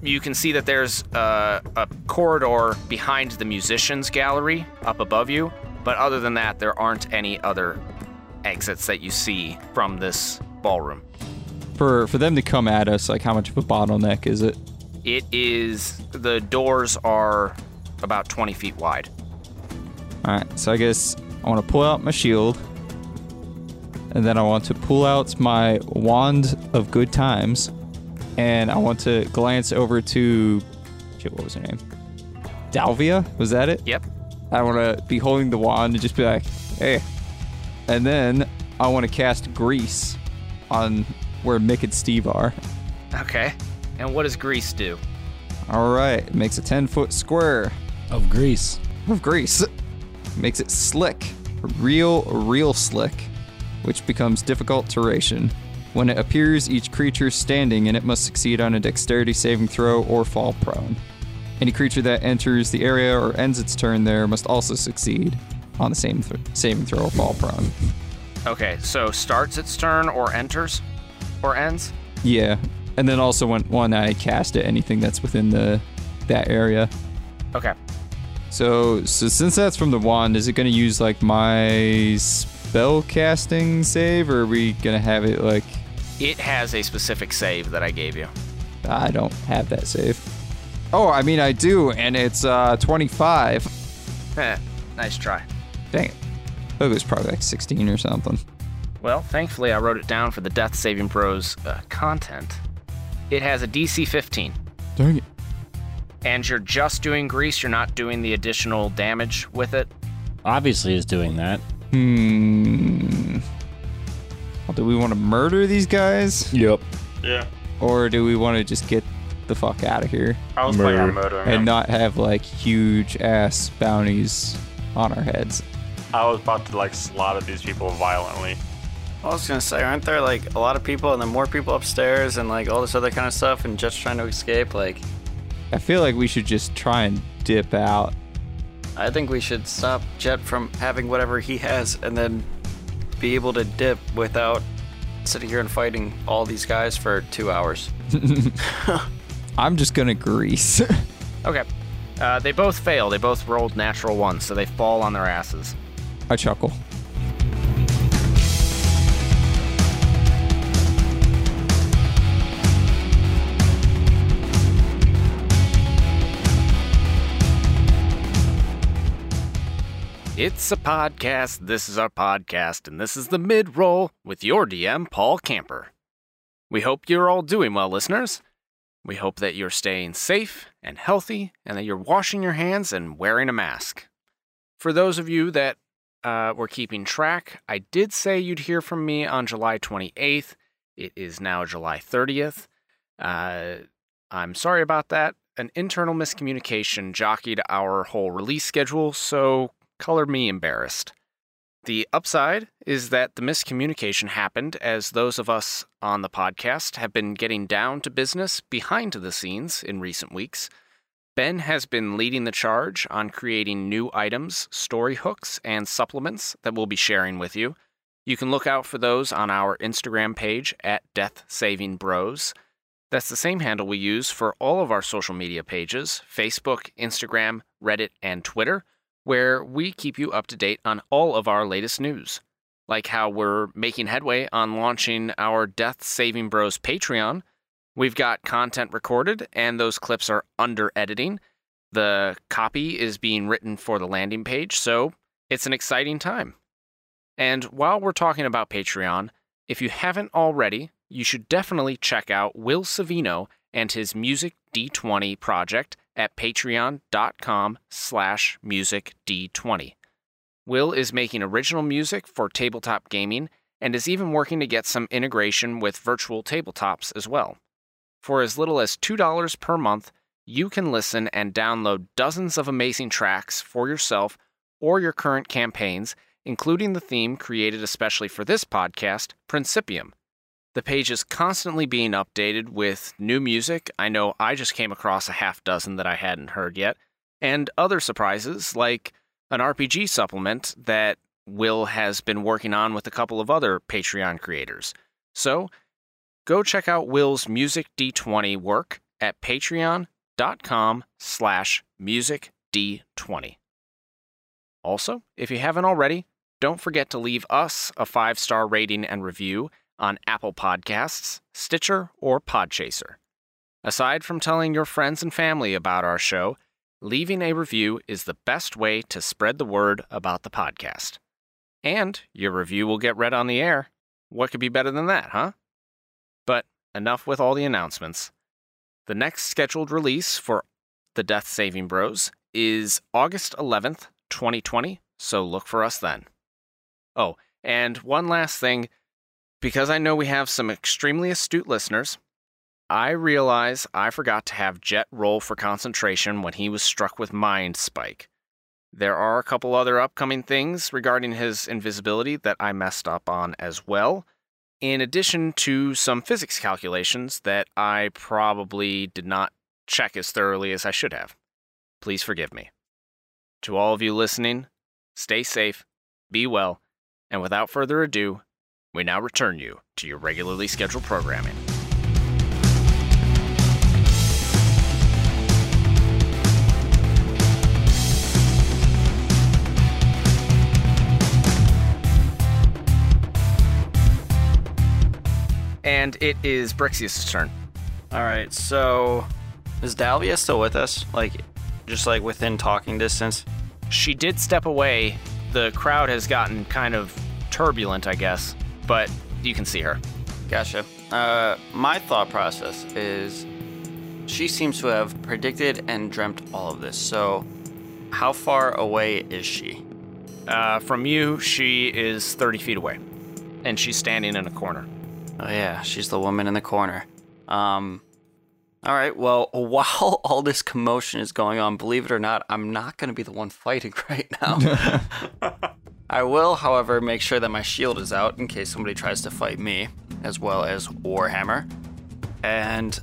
B: you can see that there's a, a corridor behind the musicians' gallery up above you. But other than that, there aren't any other exits that you see from this ballroom.
E: For for them to come at us, like how much of a bottleneck is it?
B: It is the doors are about 20 feet wide.
E: All right. So I guess I want to pull out my shield, and then I want to pull out my wand of good times, and I want to glance over to shit. What was her name? Dalvia? Was that it?
B: Yep.
E: I want to be holding the wand and just be like, hey. And then I want to cast Grease on where Mick and Steve are.
B: Okay. And what does grease do?
E: All right. it Makes a 10 foot square
D: Of Greece.
E: of grease. Makes it slick. Real, real slick. Which becomes difficult terration. When it appears, each creature is standing and it must succeed on a dexterity saving throw or fall prone. Any creature that enters the area or ends its turn there must also succeed on the same th- saving throw or fall prone.
B: Okay, so starts its turn or enters or ends?
E: Yeah, and then also when one I cast at anything that's within the that area.
B: Okay.
E: So so since that's from the wand, is it gonna use like my spell casting save, or are we gonna have it like
B: It has a specific save that I gave you.
E: I don't have that save? Oh, I mean I do, and it's uh 25.
B: Heh, Eh, nice try.
E: Dang it, it was probably like 16 or something.
B: Well, thankfully, I wrote it down for the Death Saving Bros uh, content. It has a DC 15,
E: Dang it.
B: and you're just doing grease, you're not doing the additional damage with it.
D: Obviously is doing that.
E: Hmm. Well, do we want to murder these guys,
H: Yep.
G: Yeah.
E: or do we want to just get the fuck out of here?
G: I was planning on
H: Murder.
G: murdering him.
E: and not have like huge ass bounties on our heads.
G: I was about to like slaughter these people violently.
C: I was gonna say, aren't there like a lot of people and then more people upstairs and like all this other kind of stuff and Jet's trying to escape? Like,
E: I feel like we should just try and dip out.
C: I think we should stop Jet from having whatever he has and then be able to dip without sitting here and fighting all these guys for two hours.
E: I'm just gonna grease.
B: Okay. Uh, they both fail. They both rolled natural ones, so they fall on their asses.
E: I chuckle.
B: It's a podcast. This is our podcast, and this is the mid roll with your DM, Paul Camper. We hope you're all doing well, listeners. We hope that you're staying safe and healthy, and that you're washing your hands and wearing a mask. For those of you that uh, were keeping track, I did say you'd hear from me on July 28th. It is now July 30th. Uh, I'm sorry about that. An internal miscommunication jockeyed our whole release schedule, so color me embarrassed. The upside is that the miscommunication happened as those of us on the podcast have been getting down to business behind the scenes in recent weeks. Ben has been leading the charge on creating new items, story hooks, and supplements that we'll be sharing with you. You can look out for those on our Instagram page at Death Saving Bros. That's the same handle we use for all of our social media pages Facebook, Instagram, Reddit, and Twitter, where we keep you up to date on all of our latest news. Like how we're making headway on launching our Death Saving Bros Patreon. We've got content recorded, and those clips are under editing. The copy is being written for the landing page, so it's an exciting time. And while we're talking about Patreon, if you haven't already, you should definitely check out Will Savino and his Music D20 project at patreon.com slash music D20. Will is making original music for tabletop gaming and is even working to get some integration with virtual tabletops as well. For as little as $2 per month, you can listen and download dozens of amazing tracks for yourself or your current campaigns, including the theme created especially for this podcast, Principium. The page is constantly being updated with new music. I know I just came across a half dozen that I hadn't heard yet, and other surprises like an RPG supplement that Will has been working on with a couple of other Patreon creators. So, go check out Will's Music D20 work at patreon.com slash music D20. Also, if you haven't already, don't forget to leave us a five-star rating and review on Apple Podcasts, Stitcher, or Podchaser. Aside from telling your friends and family about our show, leaving a review is the best way to spread the word about the podcast. And your review will get read on the air. What could be better than that, huh? But enough with all the announcements. The next scheduled release for The Death Saving Bros is August 11th, 2020, so look for us then. Oh, and one last thing because I know we have some extremely astute listeners. I realize I forgot to have Jet roll for concentration when he was struck with Mind Spike. There are a couple other upcoming things regarding his invisibility that I messed up on as well, in addition to some physics calculations that I probably did not check as thoroughly as I should have. Please forgive me. To all of you listening, stay safe, be well, and without further ado, we now return you to your regularly scheduled programming. And it is Brixius' turn.
C: All right, so is Dalvia still with us? Like, just like within talking distance?
B: She did step away. The crowd has gotten kind of turbulent, I guess, but you can see her.
C: Gotcha. Uh, my thought process is she seems to have predicted and dreamt all of this. So, how far away is she?
B: Uh, from you, she is 30 feet away, and she's standing in a corner.
C: Oh yeah, she's the woman in the corner. Um all right, well, while all this commotion is going on, believe it or not, I'm not going to be the one fighting right now. I will, however, make sure that my shield is out in case somebody tries to fight me, as well as Warhammer. And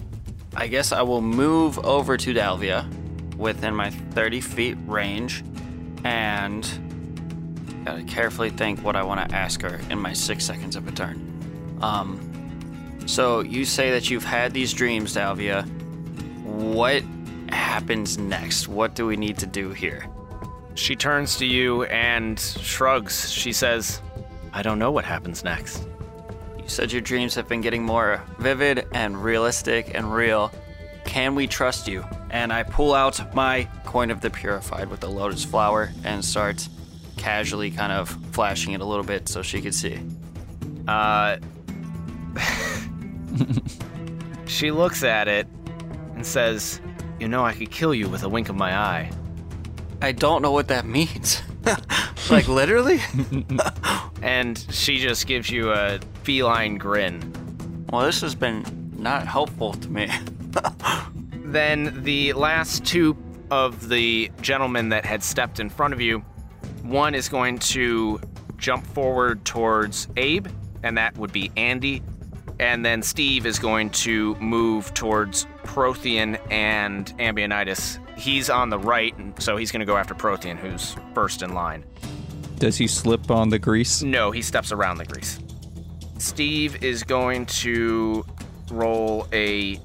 C: I guess I will move over to Dalvia within my 30 feet range and gotta carefully think what I want to ask her in my six seconds of a turn. Um, so you say that you've had these dreams, Dalvia. What happens next? What do we need to do here?
B: She turns to you and shrugs. She says, I don't know what happens next.
C: You said your dreams have been getting more vivid and realistic and real. Can we trust you? And I pull out my coin of the purified with the lotus flower and start casually kind of flashing it a little bit so she could see.
B: Uh, she looks at it and says, You know, I could kill you with a wink of my eye.
C: I don't know what that means. like literally?
B: And she just gives you a feline grin.
C: Well, this has been not helpful to me.
B: Then the last two of the gentlemen that had stepped in front of you, one is going to jump forward towards Abe, and that would be Andy. And then Steve is going to move towards Prothean and Ambionitis. He's on the right, and so he's going to go after Prothean, who's first in line.
E: Does he slip on the grease?
B: No, he steps around the grease. Steve is going to roll a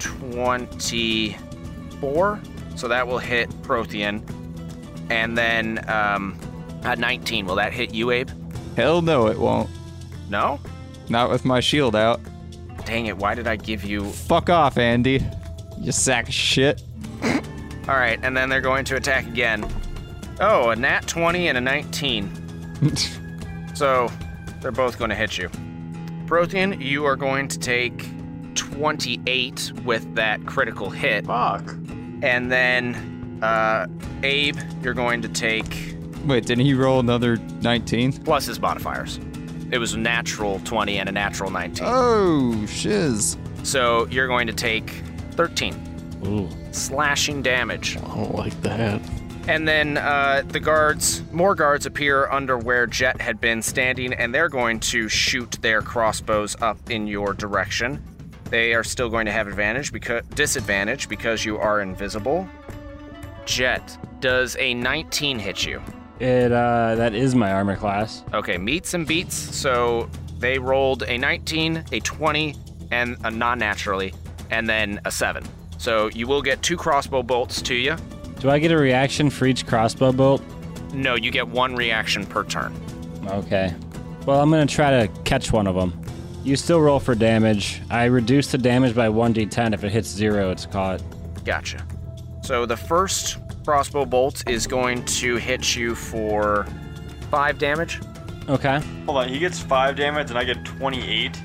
B: 24, so that will hit Prothean. And then um, a 19, will that hit you, Abe?
E: Hell no, it won't.
B: No?
E: Not with my shield out.
B: Dang it, why did I give you.
E: Fuck off, Andy. You sack of shit.
B: Alright, and then they're going to attack again. Oh, a nat 20 and a 19. So they're both going to hit you. Prothean, you are going to take 28 with that critical hit.
G: Fuck.
B: And then, uh, Abe, you're going to take
E: Wait, didn't he roll another 19?
B: plus his modifiers. It was a natural 20 and a natural 19.
E: Oh, shiz.
B: So you're going to take 13
H: Ooh,
B: slashing damage.
H: I don't like that.
B: And then uh, the guards, more guards appear under where Jet had been standing, and they're going to shoot their crossbows up in your direction. They are still going to have advantage because disadvantage because you are invisible. Jet, does a 19 hit you?
D: It uh, that is my armor class.
B: Okay, meets and beats. So they rolled a 19, a 20, and a non naturally, and then a 7. So you will get two crossbow bolts to you.
D: Do I get a reaction for each crossbow bolt?
B: No, you get one reaction per turn.
D: Okay. Well, I'm gonna try to catch one of them. You still roll for damage. I reduce the damage by 1d10. If it hits zero, it's caught.
B: Gotcha. So the first crossbow bolt is going to hit you for 5 damage.
D: Okay.
G: Hold on, he gets five damage and I get 28.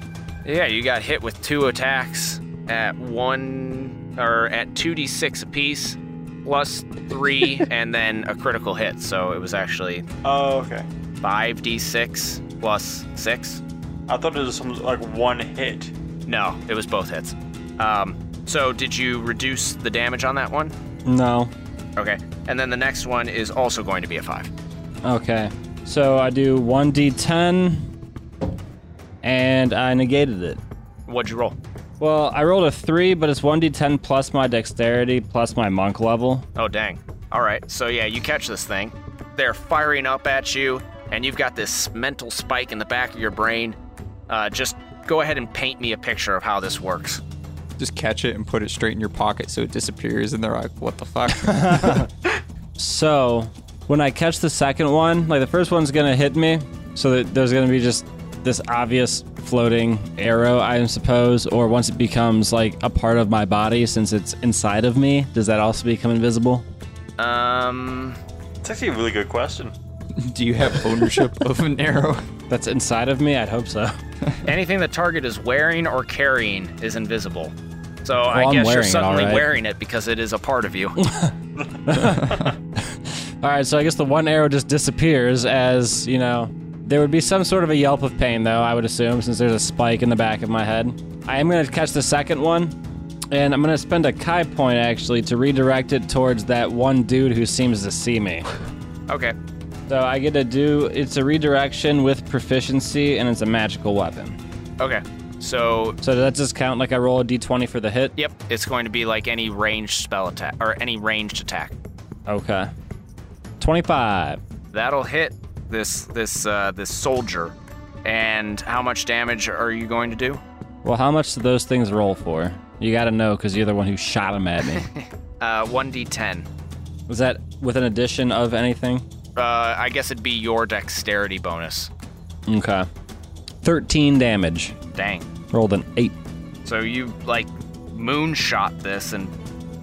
B: Yeah, you got hit with two attacks at 1 or at 2d6 apiece. Plus three, and then a critical hit. So it was actually
G: Oh, okay.
B: 5d6 plus 6.
G: I thought it was some, like one hit.
B: No, it was both hits. Um, so did you reduce the damage on that one?
D: No.
B: Okay. And then the next one is also going to be a 5.
D: Okay. So I do 1d10, and I negated it.
B: What'd you roll?
D: Well, I rolled a three, but it's 1d10 plus my dexterity plus my monk level.
B: Oh, dang. All right. So, yeah, you catch this thing. They're firing up at you, and you've got this mental spike in the back of your brain. Uh, just go ahead and paint me a picture of how this works.
E: Just catch it and put it straight in your pocket so it disappears, and they're like, what the fuck?
D: So when I catch the second one, like the first one's gonna hit me, so that there's gonna be just this obvious floating arrow, I suppose, or once it becomes like a part of my body since it's inside of me, does that also become invisible?
B: Um,
G: It's actually a really good question.
E: Do you have ownership of an arrow?
D: That's inside of me? I'd hope so.
B: anything the target is wearing or carrying is invisible. So I
D: I'm
B: guess you're
D: wearing it, all
B: suddenly
D: right.
B: wearing it because it is a part of you.
D: All right, so I guess the one arrow just disappears as, you know, there would be some sort of a yelp of pain, though, I would assume, since there's a spike in the back of my head. I am going to catch the second one, and I'm going to spend a Kai point, actually, to redirect it towards that one dude who seems to see me.
B: okay.
D: So I get to do it's a redirection with proficiency, and it's a magical weapon.
B: Okay. So
D: So does that just count like I roll a d20 for the hit?
B: Yep, it's going to be like any ranged spell attack or any ranged attack.
D: Okay. 25.
B: That'll hit this this uh, this soldier. And how much damage are you going to do?
D: Well, how much do those things roll for? You got to know because you're the one who shot him at me.
B: Uh, 1d10.
D: Was that with an addition of anything?
B: Uh, I guess it'd be your dexterity bonus.
D: Okay. 13 damage.
B: Dang.
D: Rolled an 8.
B: So you like moonshot this and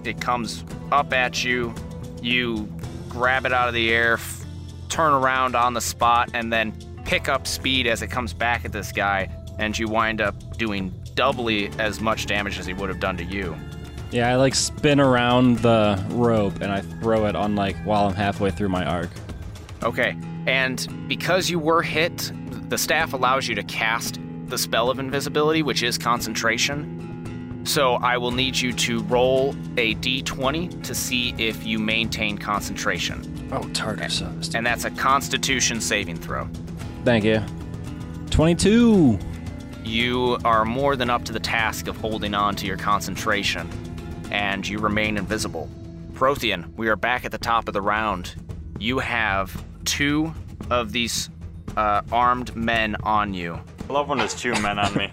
B: it comes up at you. You grab it out of the air, f- turn around on the spot and then pick up speed as it comes back at this guy, and you wind up doing doubly as much damage as he would have done to you.
D: Yeah, I like spin around the rope and I throw it on like while I'm halfway through my arc.
B: Okay, and because you were hit, the staff allows you to cast the spell of invisibility, which is concentration. So I will need you to roll a d20 to see if you maintain concentration.
C: Oh, tartar sauce.
B: And that's a constitution saving throw.
D: Thank you. 22.
B: You are more than up to the task of holding on to your concentration, and you remain invisible. Prothean, we are back at the top of the round. You have two of these uh, armed men on you.
G: I love when there's two men on me.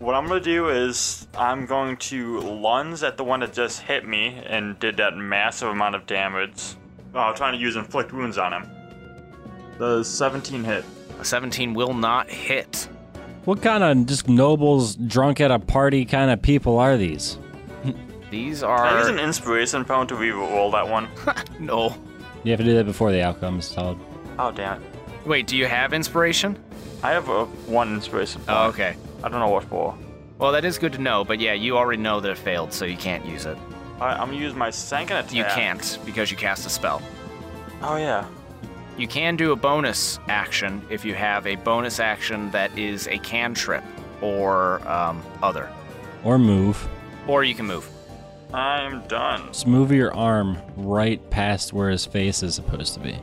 G: What I'm gonna do is I'm going to lunge at the one that just hit me and did that massive amount of damage. Oh, trying to use inflict wounds on him. The 17 hit.
B: A 17 will not hit.
D: What kind of just nobles, drunk at a party kind of people are these?
B: These
G: Can I use
B: are.
G: an inspiration pound to re-roll that one?
B: no.
D: You have to do that before the outcome is told.
G: oh damn it!
B: Wait, do you have inspiration?
G: I have a one inspiration. Point.
B: Oh, okay.
G: I don't know what for.
B: Well, that is good to know, but yeah, you already know that it failed, so you can't use it.
G: Alright, I'm gonna use my second attack.
B: You can't because you cast a spell.
G: Oh yeah.
B: You can do a bonus action if you have a bonus action that is a cantrip or um, other.
D: Or move.
B: Or you can move.
G: I'm done.
D: Just move your arm right past where his face is supposed to be.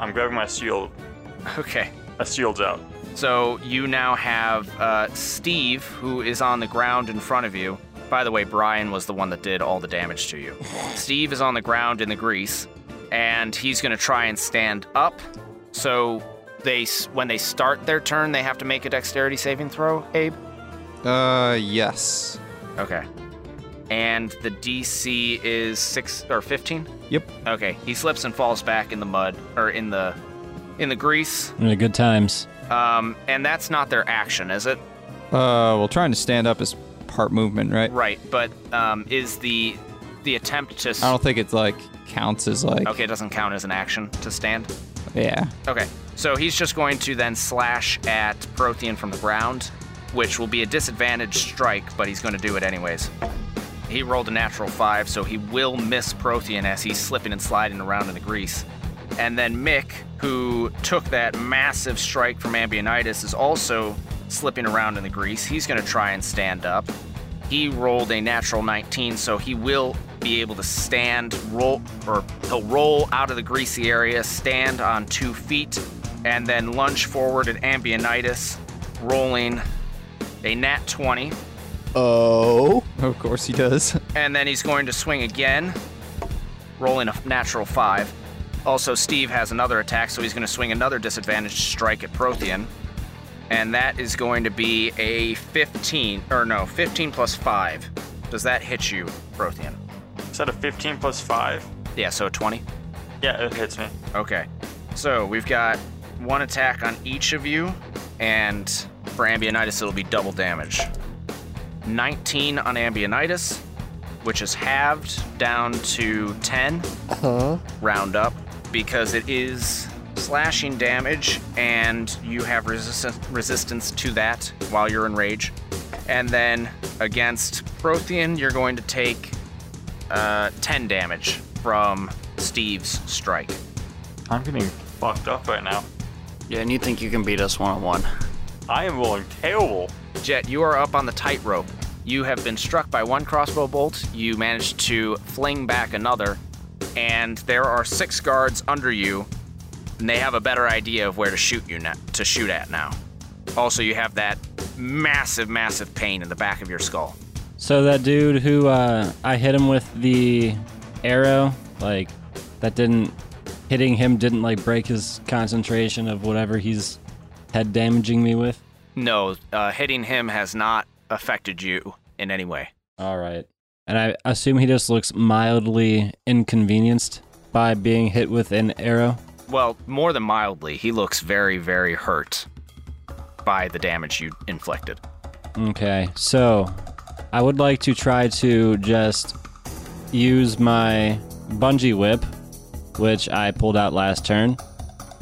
G: I'm grabbing my shield.
B: Okay.
G: A shield's out.
B: So you now have uh, Steve, who is on the ground in front of you. By the way, Brian was the one that did all the damage to you. Steve is on the ground in the grease, and he's going to try and stand up. So they, s- when they start their turn, they have to make a dexterity saving throw. Abe.
E: Uh, yes.
B: Okay. And the DC is six or fifteen.
E: Yep.
B: Okay. He slips and falls back in the mud or in the in the grease.
D: In the good times.
B: Um, and that's not their action, is it?
E: Uh, well, trying to stand up is part movement, right?
B: Right. But um, is the the attempt to s-
E: I don't think it's like counts as like.
B: okay it doesn't count as an action to stand.
E: Yeah.
B: Okay. So he's just going to then slash at Prothean from the ground, which will be a disadvantaged strike, but he's going to do it anyways. He rolled a natural five, so he will miss Prothean as he's slipping and sliding around in the grease. And then Mick, who took that massive strike from Ambionitis, is also slipping around in the grease. He's going to try and stand up. He rolled a natural 19, so he will be able to stand, roll, or he'll roll out of the greasy area, stand on two feet, and then lunge forward at Ambionitis, rolling a nat 20.
H: Oh.
E: Of course he does.
B: And then he's going to swing again, rolling a natural five. Also, Steve has another attack, so he's going to swing another disadvantaged strike at Prothean. And that is going to be a 15, or no, 15 plus 5. Does that hit you, Prothean?
G: Is that a 15 plus 5?
B: Yeah, so 20.
G: Yeah, it hits me.
B: Okay. So we've got one attack on each of you, and for Ambionitis, it'll be double damage. 19 on Ambionitis, which is halved down to 10. Round up, because it is slashing damage, and you have resistance resistance to that while you're in rage. And then against Prothean, you're going to take uh, 10 damage from Steve's strike.
G: I'm getting fucked up right now.
C: Yeah, and you think you can beat us one on one?
G: I am rolling terrible.
B: Jet, you are up on the tightrope. You have been struck by one crossbow bolt. You managed to fling back another, and there are six guards under you, and they have a better idea of where to shoot you na- to shoot at now. Also, you have that massive, massive pain in the back of your skull.
D: So that dude who uh, I hit him with the arrow, like that didn't hitting him didn't like break his concentration of whatever he's head damaging me with.
B: No, uh, hitting him has not affected you in any way.
D: All right. And I assume he just looks mildly inconvenienced by being hit with an arrow.
B: Well, more than mildly, he looks very, very hurt by the damage you inflicted.
D: Okay, so I would like to try to just use my bungee whip, which I pulled out last turn,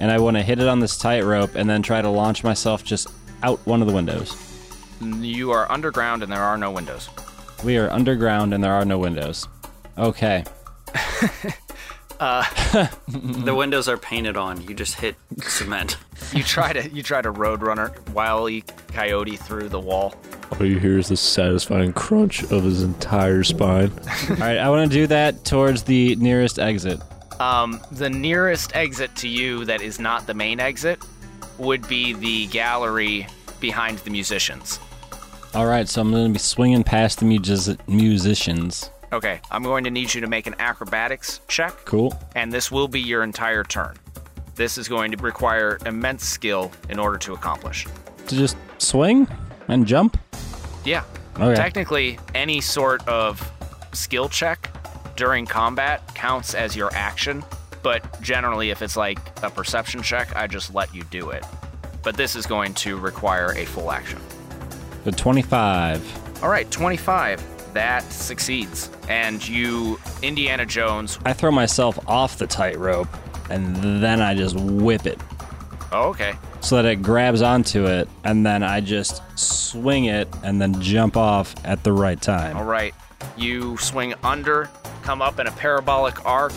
D: and I want to hit it on this tightrope and then try to launch myself just out one of the windows.
B: You are underground and there are no windows.
D: We are underground and there are no windows. Okay.
C: The windows are painted on. You just hit cement.
B: You try to you try to roadrunner wily coyote through the wall.
H: All you hear is the satisfying crunch of his entire spine.
D: All right, I want to do that towards the nearest exit.
B: Um, the nearest exit to you that is not the main exit would be the gallery behind the musicians.
D: All right, so I'm going to be swinging past the music- musicians.
B: Okay, I'm going to need you to make an acrobatics check,
D: Cool.
B: and this will be your entire turn. This is going to require immense skill in order to accomplish.
D: To just swing and jump.
B: Yeah.
D: Okay.
B: Technically, any sort of skill check during combat counts as your action, but generally, if it's like a perception check, I just let you do it. But this is going to require a full action.
D: The 25.
B: All right, 25. That succeeds. And you, Indiana Jones.
D: I throw myself off the tightrope and then I just whip it
B: Oh, okay.
D: so that it grabs onto it and then I just swing it and then jump off at the right
B: All
D: time.
B: right. You swing under, come up in a parabolic arc,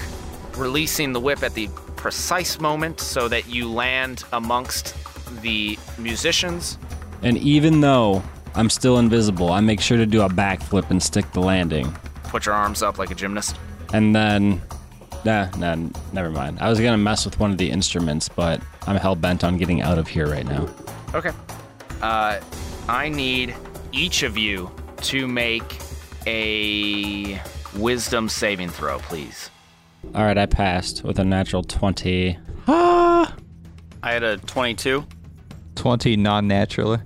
B: releasing the whip at the precise moment so that you land amongst the musicians
D: And even though I'm still invisible, I make sure to do a backflip and stick the landing.
B: put your arms up like a gymnast.
D: And then nah, nah, never mind. I was going to mess with one of the instruments, but I'm hell bent on getting out of here right now.
B: Okay. Uh, I need each of you to make a wisdom saving throw, please.
D: All right, I passed with a natural 20.
C: I had a 22.
E: 20 non naturally.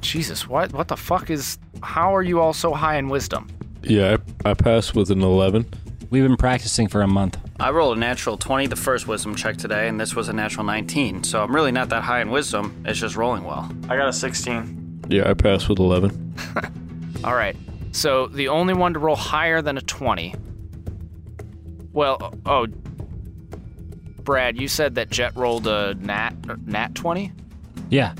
B: Jesus, what what the fuck is how are you all so high in wisdom?
H: Yeah, I, I passed with an 11.
D: We've been practicing for a month.
C: I rolled a natural 20 the first wisdom check today, and this was a natural 19. So I'm really not that high in wisdom. It's just rolling well.
G: I got a 16.
H: Yeah, I passed with 11.
B: All right. So the only one to roll higher than a 20. Well, oh Brad, you said that Jet rolled a nat nat 20?
D: Yeah.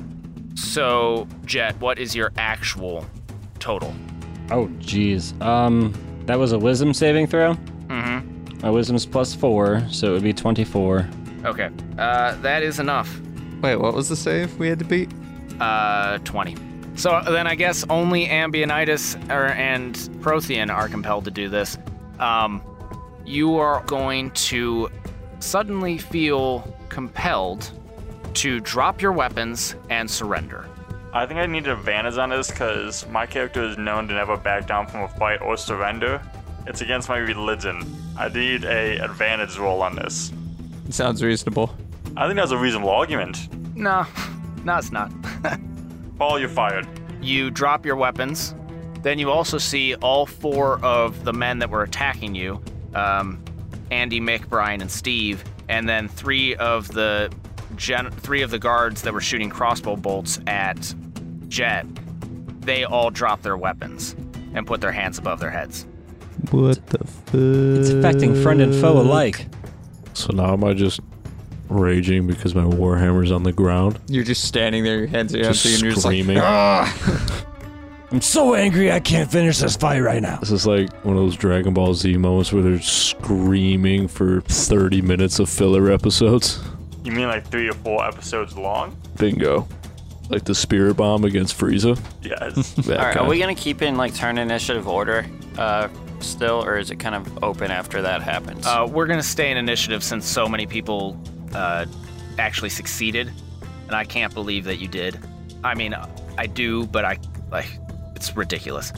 B: So, Jet, what is your actual total?
D: Oh, jeez. Um, that was a wisdom saving throw. Mm-hmm. My wisdom's plus four, so it would be twenty-four.
B: Okay. Uh, that is enough.
E: Wait, what was the save we had to beat?
B: Uh, 20. So then I guess only Ambionitis er, and Prothean are compelled to do this. Um, you are going to suddenly feel compelled to drop your weapons and surrender.
G: I think I need to advantage on this because my character is known to never back down from a fight or surrender. It's against my religion. I need a advantage roll on this.
E: It sounds reasonable.
G: I think that's a reasonable argument.
B: No, no, it's not.
G: Paul, you're fired.
B: you drop your weapons. Then you also see all four of the men that were attacking you um, Andy, Mick, Brian, and Steve. And then three of the gen- three of the guards that were shooting crossbow bolts at Jet. They all drop their weapons and put their hands above their heads.
E: What the fuck?
D: It's affecting friend and foe alike.
H: So now am I just raging because my Warhammer's on the ground?
E: You're just standing there, your hands are
H: Just
E: empty, and you're just like,
H: screaming.
D: I'm so angry I can't finish this fight right now.
H: This is like one of those Dragon Ball Z moments where they're screaming for 30 minutes of filler episodes.
G: You mean like three or four episodes long?
H: Bingo. Like the spirit bomb against Frieza.
G: Yes.
H: That
C: All right,
H: kind.
C: are we going to keep in like turn initiative order uh, still, or is it kind of open after that happens?
B: Uh, we're going to stay in initiative since so many people uh, actually succeeded, and I can't believe that you did. I mean, I do, but I like it's ridiculous.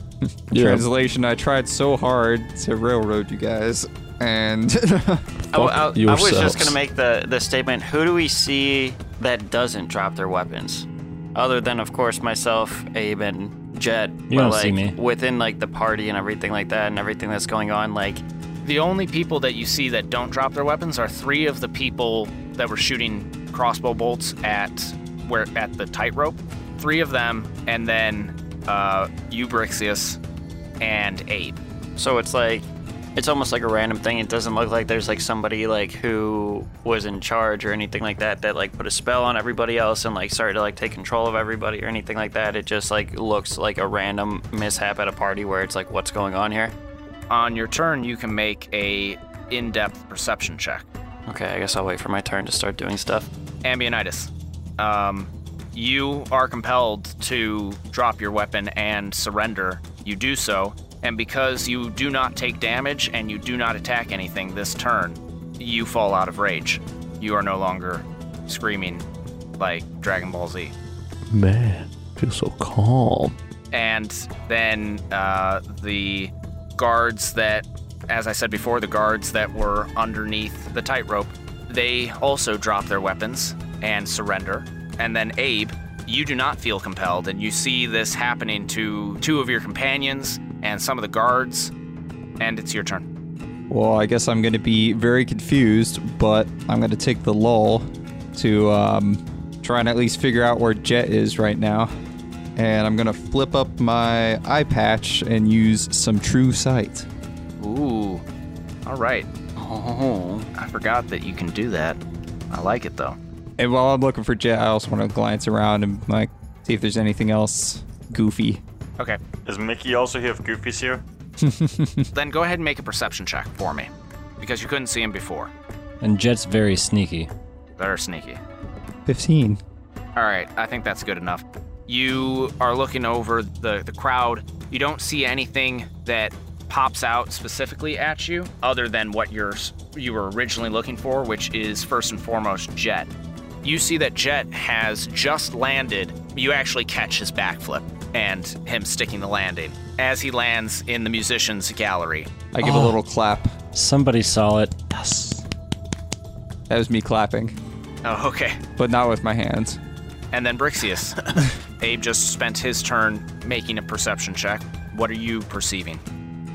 H: yeah,
E: translation, I tried so hard to railroad you guys, and
C: I, I- I was
H: yourselves.
C: just going to make the, the statement who do we see that doesn't drop their weapons? Other than, of course, myself, Abe, and Jet. but,
D: You don't
C: like,
D: see me.
C: Within like the party and everything like that and everything that's going on, like,
B: The only people that you see that don't drop their weapons are three of the people that were shooting crossbow bolts at where at the tightrope. Three of them, and then uh, Eubrixius and Abe.
C: so it's like it's almost like a random thing. It doesn't look like there's like somebody like who was in charge or anything like that that like put a spell on everybody else and like started to like take control of everybody or anything like that. It just like looks like a random mishap at a party where it's like what's going on here.
B: On your turn, you can make a in-depth perception check.
C: Okay, I guess I'll wait for my turn to start doing stuff.
B: Ambionitis, um, you are compelled to drop your weapon and surrender. You do so, and because you do not take damage and you do not attack anything this turn, you fall out of rage. You are no longer screaming like Dragon Ball Z.
H: Man, feel so calm.
B: and then uh, the guards that, as I said before, the guards that were underneath the tightrope, they also drop their weapons and surrender. And then Abe, you do not feel compelled, and you see this happening to two of your companions and some of the guards, and it's your turn.
E: Well, I guess I'm going to be very confused, but I'm going to take the lull to um, try and at least figure out where Jet is right now. And I'm going to flip up my eye patch and use some true sight.
B: Ooh, all right.
C: Oh,
B: I forgot that you can do that. I like it though.
E: And while I'm looking for Jet, I also want to glance around and like see if there's anything else goofy.
B: Okay,
G: Is Mickey also here if Goofy's here?
B: then go ahead and make a perception check for me, because you couldn't see him before.
D: And Jet's very sneaky.
B: They're sneaky.
E: 15.
B: All right, I think that's good enough. You are looking over the, the crowd. You don't see anything that pops out specifically at you other than what you're s- you were originally looking for, which is first and foremost Jet. You see that Jet has just landed. You actually catch his backflip and him sticking the landing as he lands in the musicians gallery.
E: I give a little clap.
D: Somebody saw it.
E: That was me clapping,
B: Oh, okay.
E: but not with my hands.
B: And then Brixius. Abe just spent his turn making a perception check. What are you perceiving?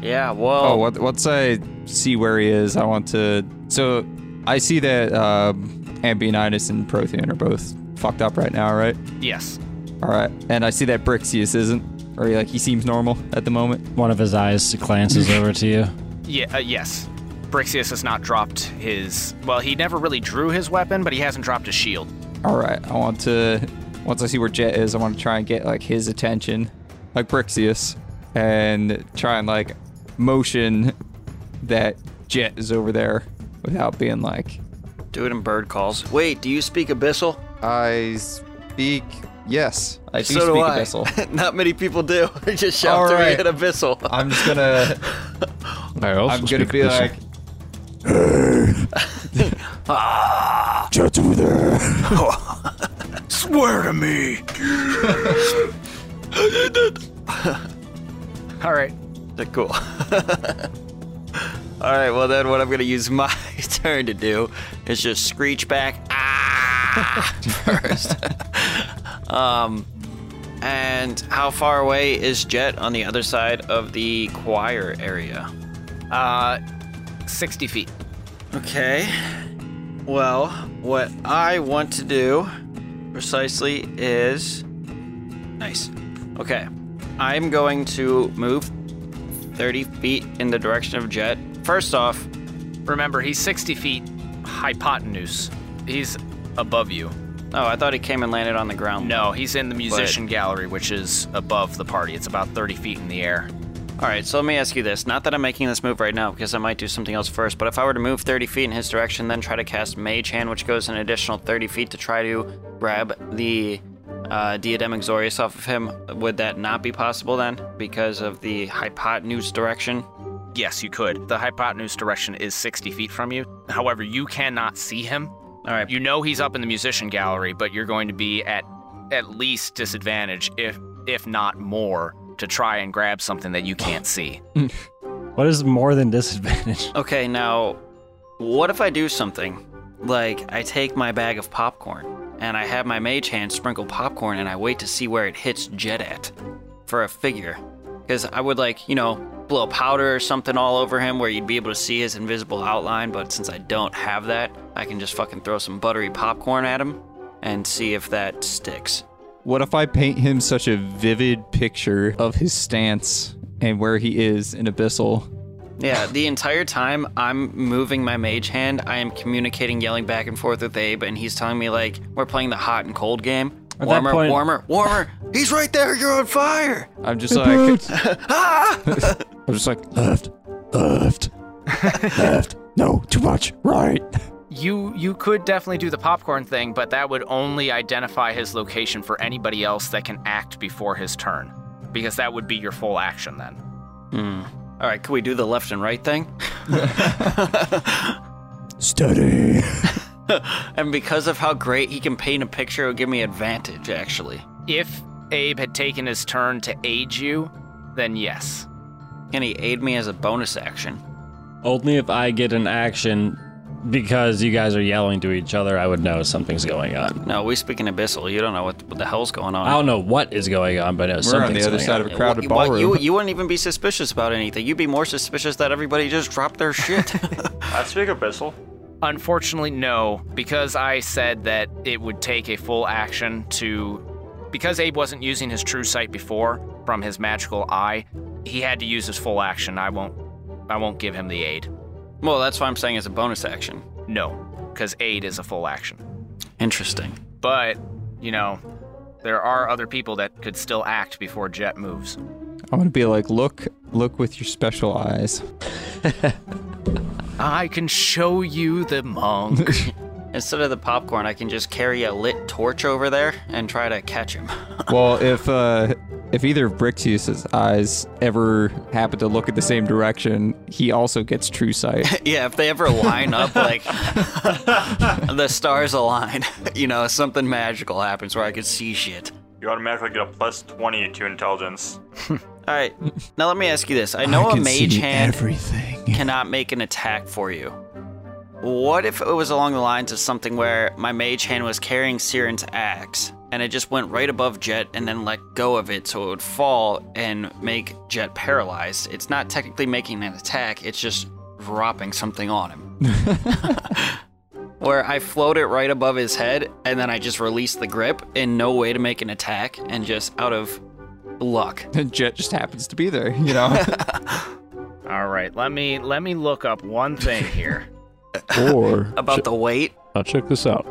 C: yeah. Whoa.
E: Oh, what, once I see where he is, I want to. So I see that um, Ambionitis and Prothean are both fucked up right now, right?
B: Yes.
E: All right, and I see that Brixius isn't, or he, like he seems normal at the moment.
D: One of his eyes glances over to you.
B: Yeah, uh, yes. Brixius has not dropped his. Well, he never really drew his weapon, but he hasn't dropped his shield.
E: All right, I want to. Once I see where Jet is, I want to try and get like his attention, like Brixius, and try and like motion that Jet is over there without being like
C: Do it in bird calls. Wait, do you speak abyssal?
E: I speak. Yes, I do
C: so
E: speak
C: do I.
E: abyssal.
C: Not many people do. They just shout
E: All
C: to
E: right.
C: me at abyssal.
E: I'm just gonna.
H: I also
E: I'm gonna
H: speak
E: be
H: abyssal.
E: like.
B: All right.
C: Like, cool. All right, well then, what I'm gonna use my turn to do is just screech back ah first. um, and how far away is Jet on the other side of the choir area?
B: Uh, 60 feet.
C: Okay. Well, what I want to do precisely is. Nice. Okay. I'm going to move 30 feet in the direction of Jet. First off,
B: Remember, he's 60 feet hypotenuse. He's above you.
C: oh, I thought he came and landed on the ground.
B: No, he's in the musician gallery, which is above the party. It's about 30 feet in the air.
C: All right, so let me ask you this. Not that I'm making this move right now because I might do something else first, but if I were to move 30 feet in his direction, then try to cast Mage Hand, which goes an additional 30 feet to try to grab the uh, Diadem Exorius off of him, would that not be possible then because of the hypotenuse direction?
B: Yes, you could. The hypotenuse direction is 60 feet from you. However, you cannot see him. All
C: right.
B: You know he's up in the musician gallery, but you're going to be at at least disadvantage, if if not more, to try and grab something that you can't see.
D: What is more than disadvantage?
C: Okay, now, what if I do something? Like, I take my bag of popcorn and I have my mage hand sprinkle popcorn and I wait to see where it hits Jet at for a figure. Because I would, like, you know, blow powder or something all over him where you'd be able to see his invisible outline, but since I don't have that, I can just fucking throw some buttery popcorn at him and see if that sticks.
E: What if I paint him such a vivid picture of his stance and where he is in Abyssal
C: Yeah, the entire time I'm moving my mage hand, I am communicating, yelling back and forth with Abe, and he's telling me, like, we're playing the hot and cold game.
D: At that
C: Warmer,
D: point-
C: warmer, warmer. He's right there. You're on fire.
E: I'm just like, I'm just like, left, left, left. No, too much. Right.
B: You you could definitely do the popcorn thing, but that would only identify his location for anybody else that can act before his turn, because that would be your full action then.
C: All right, can we do the left and right thing?
E: Steady.
C: And because of how great he can paint a picture, it would give me advantage, actually.
B: If Abe had taken his turn to aid you, then yes.
C: Can he aid me as a bonus action?
D: Only if I get an action because you guys are yelling to each other, I would know something's going on.
C: No, we speak in Abyssal. You don't know what, what the hell's going on.
D: I don't know what is going on, but I know
E: We're on
D: something's
E: the other
D: going
E: side
D: on.
E: of a crowded
C: Why-
E: ballroom.
C: You, you wouldn't even be suspicious about anything. You'd be more suspicious that everybody just dropped their shit.
G: I speak Abyssal.
B: Unfortunately, no, because I said that it would take a full action to. Because Abe wasn't using his true sight before from his magical eye, he had to use his full action. I won't. I won't give him the aid.
C: well, that's why I'm saying it's a bonus action.
B: No, because aid is a full action.
C: Interesting.
B: But, you know, there are other people that could still act before Jet moves.
E: I'm gonna be like, look, look with your special eyes.
B: I can show you the monk.
C: Instead of the popcorn, I can just carry a lit torch over there and try to catch him.
E: Well, if uh, if either of Brixius's eyes ever happen to look at the same direction, he also gets true sight.
C: yeah, if they ever line up, like the stars align, you know, something magical happens where I can see shit.
G: You automatically get a plus 20 to intelligence.
C: All right, now let me ask you this: I know a mage hand
E: everything.
C: cannot make an attack for you. What if it was along the lines of something where my mage hand was carrying Siren's axe and it just went right above Jet and then let go of it so it would fall and make Jet paralyzed? It's not technically making an attack, it's just dropping something on him. where I float it right above his head and then I just release the grip in no way to make an attack and just out of luck.
E: Jet just happens to be there, you know.
B: All right, let me let me look up one thing here.
H: Or
E: Um,
C: About the weight,
H: Now check this out.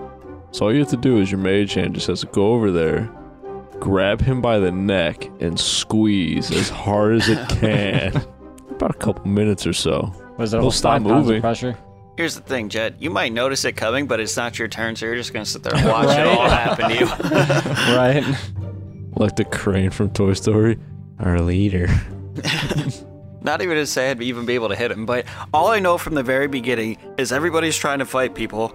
H: So all you have to do is your mage hand just has to go over there, grab him by the neck, and squeeze as hard as it can. About a couple minutes or so.
D: Was it
H: We'll
D: all
H: stop
D: five pounds of
H: moving.
D: pressure?
C: Here's the thing, Jed. You might notice it coming, but it's not your turn, so you're just gonna sit there and watch it
D: Right?
C: all happen to you.
D: Right.
H: Like the crane from Toy Story. Our leader.
C: Not even to say I'd even be able to hit him, but all I know from the very beginning is everybody's trying to fight people.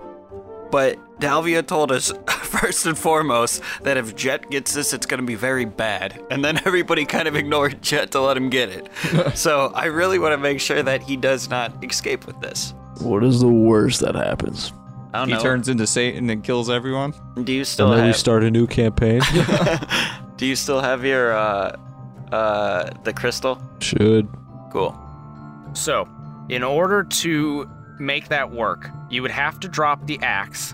C: But Dalvia told us first and foremost that if Jet gets this, it's gonna be very bad, and then everybody kind of ignored Jet to let him get it. so I really want to make sure that he does not escape with this.
H: What is the worst that happens?
C: I don't
E: he
C: know.
E: turns into Satan and kills everyone.
C: do you still
H: And then we
C: have?
H: start a new campaign?
C: do you still have your uh, uh, the crystal?
H: Should.
C: Cool.
B: So, in order to make that work, you would have to drop the axe,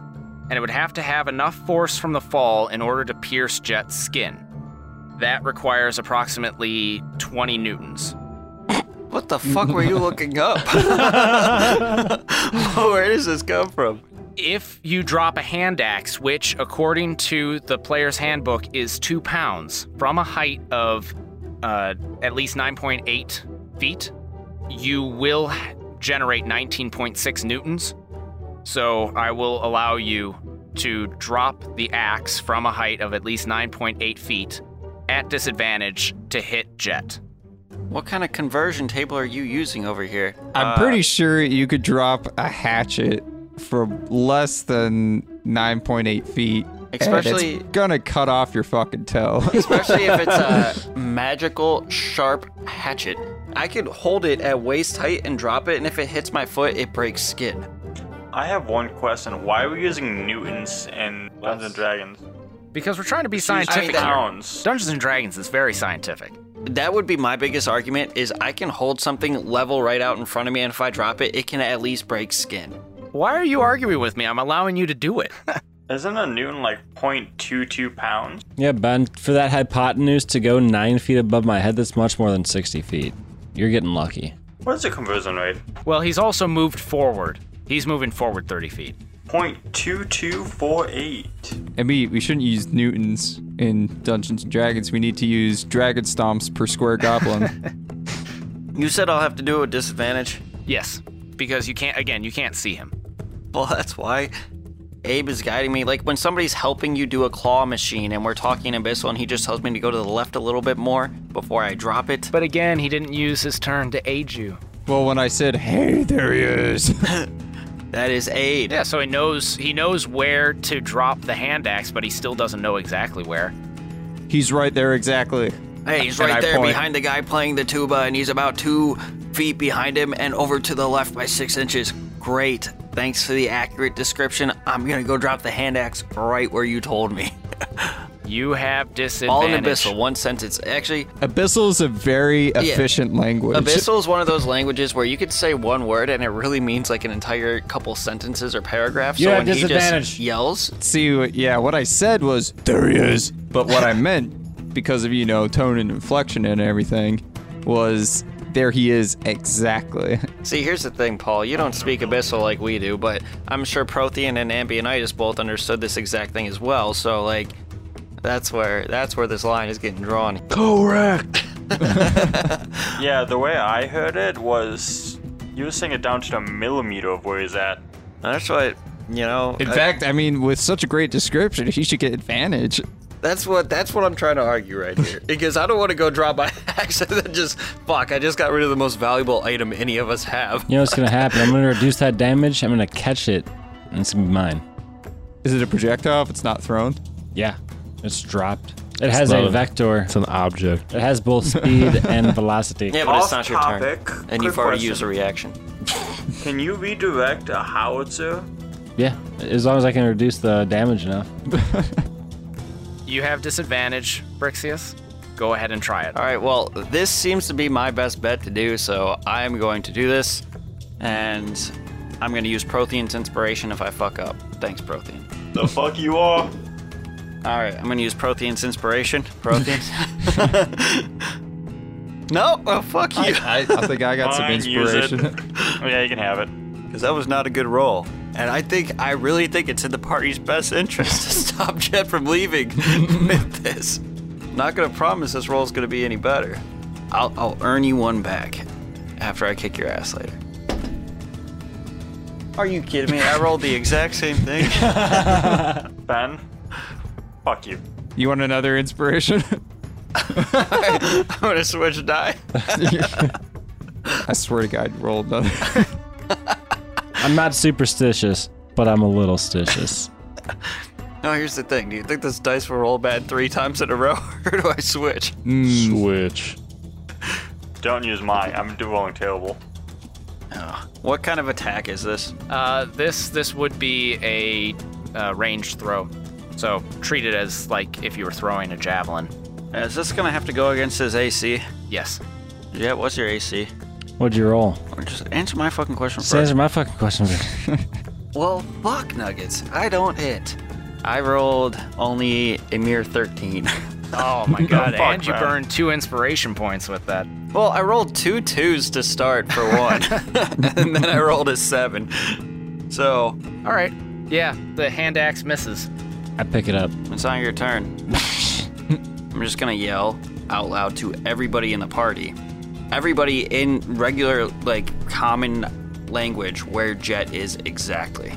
B: and it would have to have enough force from the fall in order to pierce Jet's skin. That requires approximately 20 newtons.
C: What the fuck were you looking up? Where does this come from?
B: If you drop a hand axe, which according to the player's handbook is two pounds from a height of uh, at least 9.8 feet, you will h- generate 19.6 newtons. So I will allow you to drop the axe from a height of at least 9.8 feet at disadvantage to hit Jet.
C: What kind of conversion table are you using over here?
E: I'm pretty sure you could drop a hatchet from less than 9.8 feet. and it's
C: Especially-
E: gonna cut off your fucking toe.
C: Especially if it's a magical sharp hatchet. I could hold it at waist height and drop it, and if it hits my foot, it breaks skin.
G: I have one question. Why are we using Newtons in Dungeons and Dragons?
B: Because we're trying to be scientific.
C: that-
B: here.
G: Pounds.
B: Dungeons and Dragons is very scientific.
C: That would be my biggest argument is I can hold something level right out in front of me, and if I drop it, it can at least break skin.
B: Why are you arguing with me? I'm allowing you to do it.
G: Isn't a Newton like 0.22 pounds?
D: Yeah, Ben, for that hypotenuse to go nine feet above my head, that's much more than 60 feet. You're getting lucky.
G: What is the conversion rate?
B: Well, he's also moved forward. He's moving forward 30 feet.
G: 0.2248.
E: And we, we shouldn't use newtons in Dungeons and Dragons. We need to use dragon stomps per square goblin.
C: You said I'll have to do it with disadvantage.
B: Yes, because you can't, again, you can't see him.
C: Well, that's why Abe is guiding me. Like when somebody's helping you do a claw machine and we're talking abyssal and he just tells me to go to the left a little bit more before I drop it.
B: But again, he didn't use his turn to aid you.
E: well, when I said, hey, there he is.
C: That is aid.
B: Yeah, so he knows he knows where to drop the hand axe, but he still doesn't know exactly where.
E: He's right there exactly.
C: Hey, he's
E: And
C: right
E: I
C: there
E: point.
C: behind the guy playing the tuba and he's about two feet behind him and over to the left by six inches. Great. Thanks for the accurate description. I'm gonna go drop the hand axe right where you told me.
B: You have disadvantage.
C: All in abyssal, one sentence. Actually,
E: Abyssal is a very efficient language.
C: Abyssal is one of those languages where you could say one word and it really means like an entire couple sentences or paragraphs.
D: You're
C: so
D: at
C: when he just
D: disadvantage.
C: yells,
E: See, what- yeah, what I said was, there he is. But what I meant, because of, you know, tone and inflection and everything, was, there he is exactly.
C: see, here's the thing, Paul. You don't speak Abyssal like we do, but I'm sure Prothean and Ambionitis both understood this exact thing as well. So like, that's where that's where this line is getting drawn.
H: Correct.
G: Yeah, the way I heard it was you were saying it down to the millimeter of where he's at.
C: That's what you know.
E: In
C: I-
E: fact, I mean, with such a great description, he should get advantage.
C: that's what that's what I'm trying to argue right here because I don't want to go draw my axe and then just fuck. I just got rid of the most valuable item any of us have.
D: You know what's gonna happen? I'm gonna reduce that damage. I'm gonna catch it, and it's gonna be mine.
E: Is it a projectile if it's not thrown?
D: Yeah, it's dropped. It has
H: not
D: a
H: a-
D: vector.
H: It's an object.
D: It has both speed and velocity.
C: Yeah, but
G: Off
C: it's not your turn,
G: topic,
C: and
G: quick
C: you've already
G: question.
C: used a reaction.
G: Can you redirect a howitzer?
D: Yeah, as long as I can reduce the damage enough.
B: You have disadvantage, Brixius. Go ahead and try it.
C: All right, well, this seems to be my best bet to do, so I'm going to do this, and I'm going to use Prothean's inspiration if I fuck up. Thanks, Prothean.
G: The fuck you are?
C: All right, I'm going to use Prothean's inspiration. Prothean. no, oh, fuck you.
E: I, I think I got some
G: Fine, use it.
E: inspiration.
G: yeah, you can have it.
C: Because that was not a good roll. And I think, I really think it's in the party's best interest to stop Jet from leaving with this. Not going to promise this roll's going to be any better. I'll, I'll earn you one back after I kick your ass later. Are you kidding me? I rolled the exact same thing.
G: Ben, fuck you.
E: You want another inspiration?
C: I'm going to switch die.
E: I swear to God, roll another.
D: I'm not superstitious, but I'm a little stitious.
C: No, here's the thing. Do you think this dice will roll bad three times in a row, or do I switch?
H: Hmm. Switch.
G: Don't use mine. I'm rolling terrible.
C: What kind of attack is this?
B: Uh, this this would be a uh, ranged throw, so treat it as like if you were throwing a javelin.
C: Is this going to have to go against his AC?
B: Yes.
C: Yeah, what's your AC?
D: What'd you roll?
C: Or just answer my fucking question
D: Just answer my fucking question. Vic.
C: Well, fuck nuggets. I don't hit. I rolled only a mere 13.
B: Oh my god!
G: fuck,
B: and you
G: man.
B: burned two inspiration points with that.
C: well, I rolled two twos to start for one, and then I rolled a seven. So
B: All right. Yeah, the hand axe misses.
D: I pick it up.
C: it's on your turn. I'm just gonna yell out loud to everybody in the party, everybody in regular, like common language where Jet is exactly.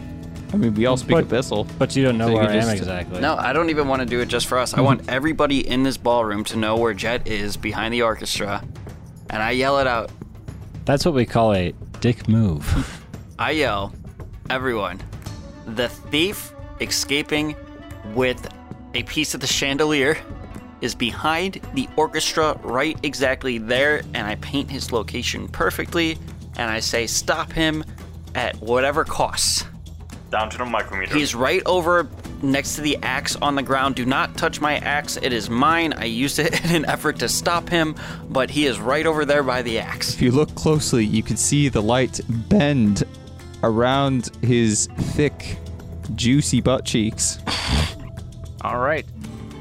E: I mean, we all speak
D: But-
E: abyssal.
D: But you don't know
E: So you
D: where I
E: could
D: am
E: just-
D: exactly.
C: No, I don't even want to do it just for us. I want everybody in this ballroom to know where Jet is behind the orchestra, and I yell it out.
D: That's what we call a dick move.
C: I yell, everyone, the thief escaping with a piece of the chandelier is behind the orchestra right exactly there, and I paint his location perfectly, and I say, stop him at whatever cost.
G: Down to the micrometer.
C: He's right over next to the axe on the ground. Do not touch my axe. It is mine. I used it in an effort to stop him, but he is right over there by the axe.
E: If you look closely, you can see the light bend around his thick, juicy butt cheeks.
B: All right.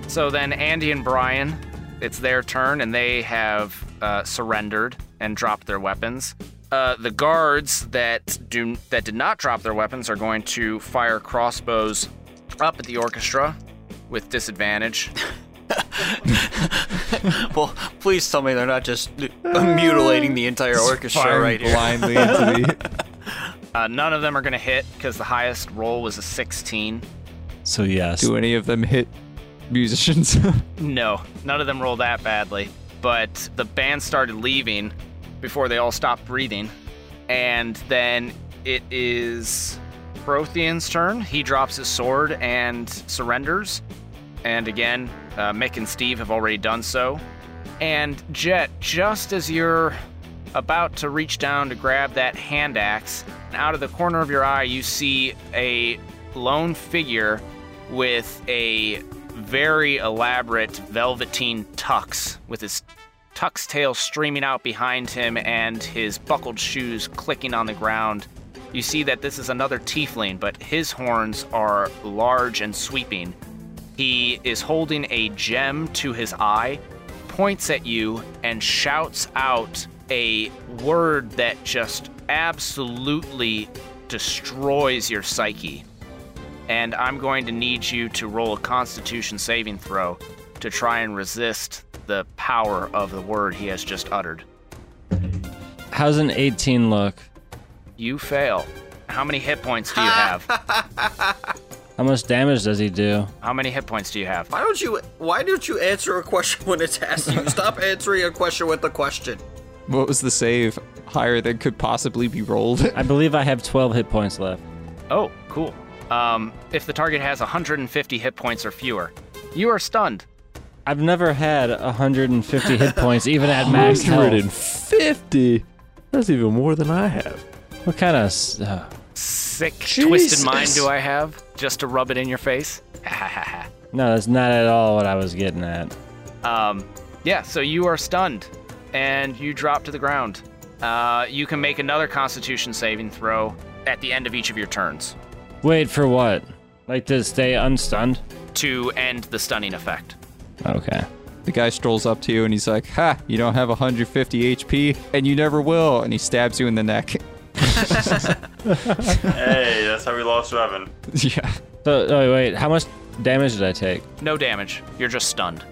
B: So then Andy and Brian, it's their turn, and they have uh, surrendered and drop their weapons. Uh, the guards that do that did not drop their weapons are going to fire crossbows up at the orchestra with disadvantage.
C: Well, please tell me they're not just mutilating the entire orchestra right here.
E: blindly into the.
B: Uh, none of them are going to hit because the highest roll was a 16.
D: So yes.
E: Do any of them hit musicians?
B: No, none of them rolled that badly. But the band started leaving before they all stopped breathing. And then it is Prothean's turn. He drops his sword and surrenders. And again, uh, Mick and Steve have already done so. And Jet, just as you're about to reach down to grab that hand axe, out of the corner of your eye, you see a lone figure with a very elaborate velveteen tux, with his tux tail streaming out behind him and his buckled shoes clicking on the ground. You see that this is another tiefling, but his horns are large and sweeping. He is holding a gem to his eye, points at you, and shouts out a word that just absolutely destroys your psyche. And I'm going to need you to roll a constitution saving throw to try and resist the power of the word he has just uttered.
D: How's an 18 look?
B: You fail. How many hit points do you have?
D: How much damage does he do?
B: How many hit points do you have?
C: Why don't you? Why don't you answer a question when it's asked you? Stop answering a question with a question.
E: what was the save higher than could possibly be rolled?
D: I believe I have 12 hit points left.
B: Oh, cool. Um, if the target has 150 hit points or fewer, you are stunned.
D: I've never had 150 hit points, even at max health.
H: 150. That's even more than I have.
D: What kind of? s- Uh,
B: Sick, twisted mind
H: Jesus.
B: do I have just to rub it in your face?
D: no, that's not at all what I was getting at.
B: Um, yeah, so you are stunned and you drop to the ground. Uh, you can make another constitution saving throw at the end of each of your turns
D: Wait for what? Like to stay unstunned?
B: to end the stunning effect.
D: Okay.
E: The guy strolls up to you and he's like, Ha, you don't have 150 HP and you never will. And he stabs you in the neck.
G: hey, that's how we lost Revan.
E: yeah.
D: So oh, wait, how much damage did I take?
B: No damage. You're just stunned.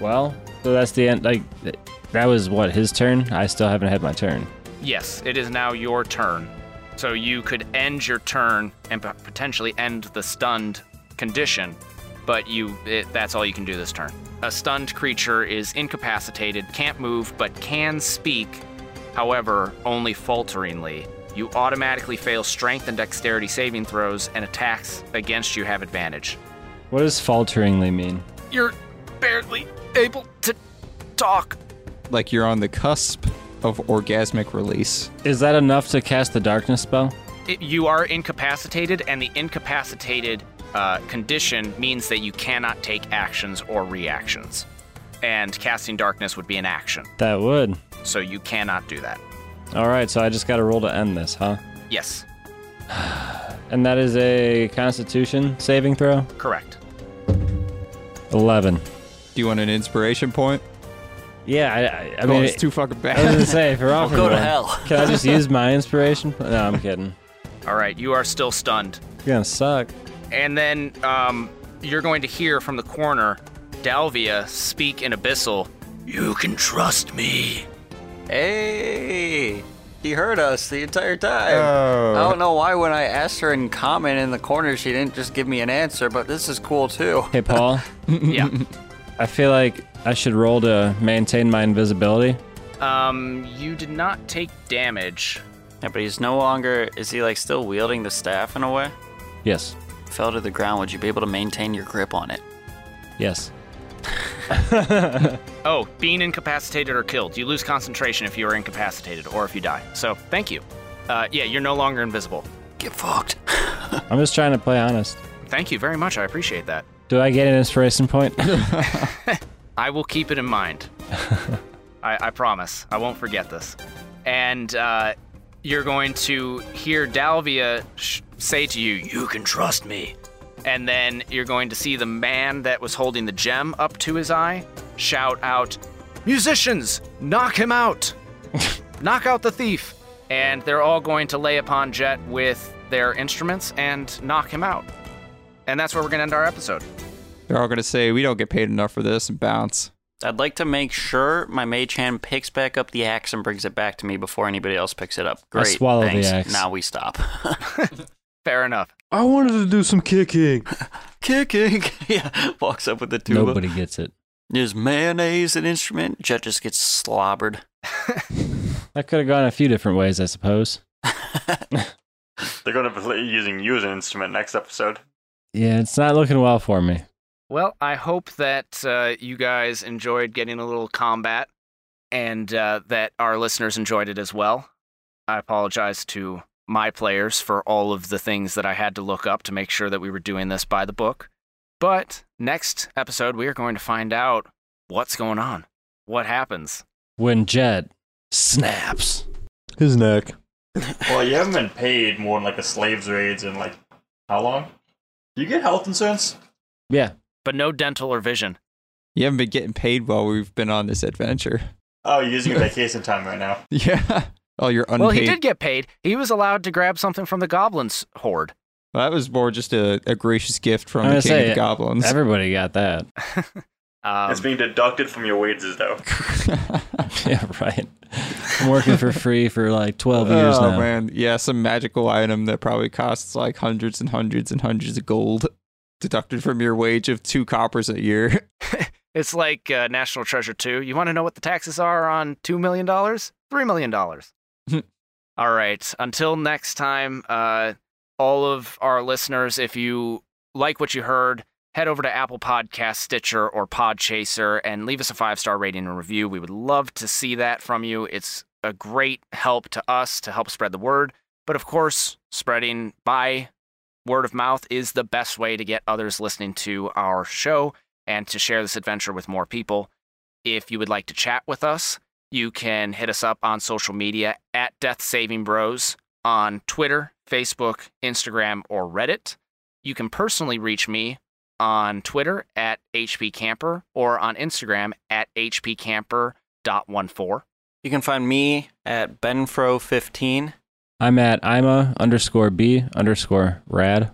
D: Well, so that's the end. Like th- that was what his turn. I still haven't had my turn.
B: Yes, it is now your turn. So you could end your turn and p- potentially end the stunned condition, but you it, that's all you can do this turn. A stunned creature is incapacitated, can't move, but can speak, however, only falteringly. You automatically fail strength and dexterity saving throws, and attacks against you have advantage.
D: What does falteringly mean?
B: You're barely able to talk.
E: Like you're on the cusp of orgasmic release.
D: Is that enough to cast the darkness spell?
B: it, you are incapacitated, and the incapacitated uh, condition means that you cannot take actions or reactions. And casting darkness would be an action,
D: That would.
B: so you cannot do that.
D: All right, so I just got a roll to end this, huh?
B: Yes,
D: And that is a Constitution saving throw.
B: correct.
D: Eleven.
E: Do you want an inspiration point?
D: Yeah, I, I, I
E: oh,
D: mean,
E: it's too fucking
D: I was
E: bad.
D: gonna say if you're offering
C: go to
D: one,
C: hell.
D: can I just use my inspiration? No, I'm kidding.
B: All right, you are still stunned.
D: It's gonna suck.
B: And then um, you're going to hear from the corner Dalvia speak in Abyssal. You can trust me.
C: Hey, he heard us the entire time.
E: Oh.
C: I don't know why when I asked her in common in the corner, she didn't just give me an answer. But this is cool too.
D: Hey, Paul.
B: yeah.
D: I feel like I should roll to maintain my invisibility.
B: Um, you did not take damage.
C: Yeah, but he's no longer. Is he like still wielding the staff in a way?
D: Yes.
C: Fell to the ground. Would you be able to maintain your grip on it?
D: Yes.
B: Oh, being incapacitated or killed. You lose concentration if you are incapacitated or if you die. So, thank you. Uh, yeah, you're no longer invisible.
C: Get fucked.
D: I'm just trying to play honest.
B: Thank you very much. I appreciate that.
D: Do I get an inspiration point?
B: I will keep it in mind. I, I promise. I won't forget this. And uh, you're going to hear Dalvia sh- say to you, You can trust me. And then you're going to see the man that was holding the gem up to his eye shout out, Musicians, knock him out. knock out the thief. And they're all going to lay upon Jet with their instruments and knock him out. And that's where we're going to end our episode.
E: They're all gonna say we don't get paid enough for this and bounce.
C: I'd like to make sure my mage hand picks back up the axe and brings it back to me before anybody else picks it up. Great.
D: swallow the
C: thanks.
D: axe.
C: Now we stop.
B: Fair enough.
H: I wanted to do some kicking.
C: Kicking. yeah. Walks up with the tuba.
D: Nobody gets it.
C: Is mayonnaise an instrument? Jet just gets slobbered.
D: That could have gone a few different ways, I suppose.
G: They're going to be using you as an instrument next episode.
D: Yeah, it's not looking well for me.
B: Well, I hope that uh, you guys enjoyed getting a little combat and uh, that our listeners enjoyed it as well. I apologize to my players for all of the things that I had to look up to make sure that we were doing this by the book. But next episode, we are going to find out what's going on, what happens.
D: When Jet snaps.
H: His neck.
G: Well, you haven't been paid more than like a slave's raids in like how long? Do you get health insurance?
D: Yeah.
B: But no dental or vision.
E: You haven't been getting paid while we've been on this adventure.
G: Oh, you're using your vacation time right now.
E: Yeah. Oh, you're unpaid.
B: Well, he did get paid. He was allowed to grab something from the goblins horde.
E: Well, that was more just a, a gracious gift from the
D: I'm gonna
E: King of
D: say,
E: the Goblins.
D: Everybody got that.
B: Um,
G: it's being deducted from your wages though.
D: yeah, right. I'm working for free for like 12 years
E: oh
D: now.
E: man, yeah, some magical item that probably costs like hundreds and hundreds and hundreds of gold, deducted from your wage of two coppers a year.
B: It's like uh, National Treasure 2. You want to know what the taxes are on $2 million? $3 million. all right. Until next time, uh, all of our listeners, if you like what you heard, head over to Apple Podcast, Stitcher, or Podchaser and leave us a five star rating and review. We would love to see that from you. It's a great help to us to help spread the word. But of course, spreading by word of mouth is the best way to get others listening to our show and to share this adventure with more people. If you would like to chat with us, you can hit us up on social media at Death Saving Bros on Twitter, Facebook, Instagram, or Reddit. You can personally reach me on Twitter at HP Camper or on Instagram at HPCamper.14.
C: You can find me at Benfro15.
D: I'm at Ima underscore B underscore rad.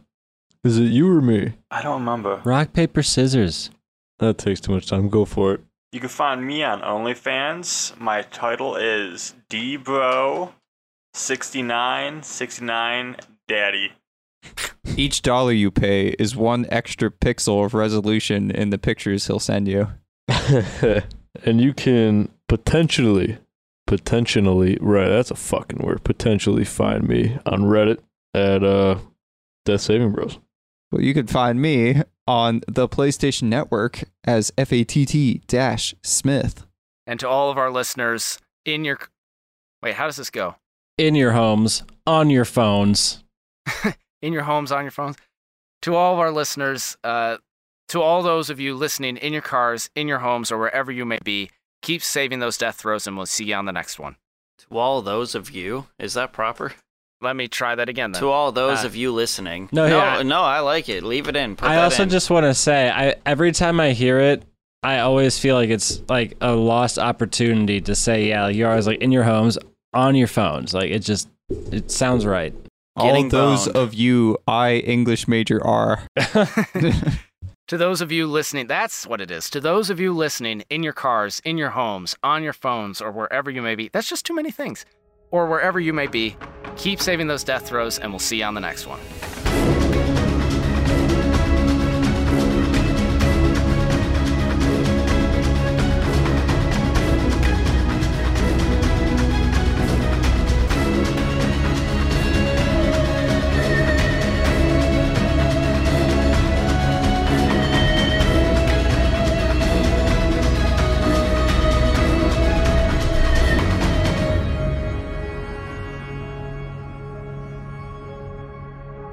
H: Is it you or me?
G: I don't remember.
D: Rock, paper, scissors.
H: That takes too much time. Go for it.
G: You can find me on OnlyFans. My title is Dbro6969 Daddy.
E: Each dollar you pay is one extra pixel of resolution in the pictures he'll send you.
H: and you can potentially, potentially, right, that's a fucking word, potentially find me on Reddit at uh, Death Saving Bros.
E: Well, you can find me on the PlayStation Network as FATT dash Smith.
B: And to all of our listeners in your. Wait, how does this go?
D: In your homes, on your phones.
B: in your homes, on your phones. To all of our listeners, uh, to all those of you listening in your cars, in your homes, or wherever you may be, keep saving those death throws, and we'll see you on the next one.
C: To all those of you, is that proper?
B: Let me try that again. Then.
C: To all those
B: Uh,
C: of you listening.
D: No,
C: no,
D: yeah.
C: no, I like it. Leave it in. Put
D: I
C: that
D: also
C: in.
D: just want to say, I every time I hear it, I always feel like it's like a lost opportunity to say, yeah, like you're always like in your homes, on your phones. Like it just, it sounds right.
E: All
C: Getting
E: those
C: boned.
E: of you, I English major are.
B: To those of you listening, that's what it is. To those of you listening in your cars, in your homes, on your phones, or wherever you may be, that's just too many things. Or wherever you may be, keep saving those death throws, and we'll see you on the next one.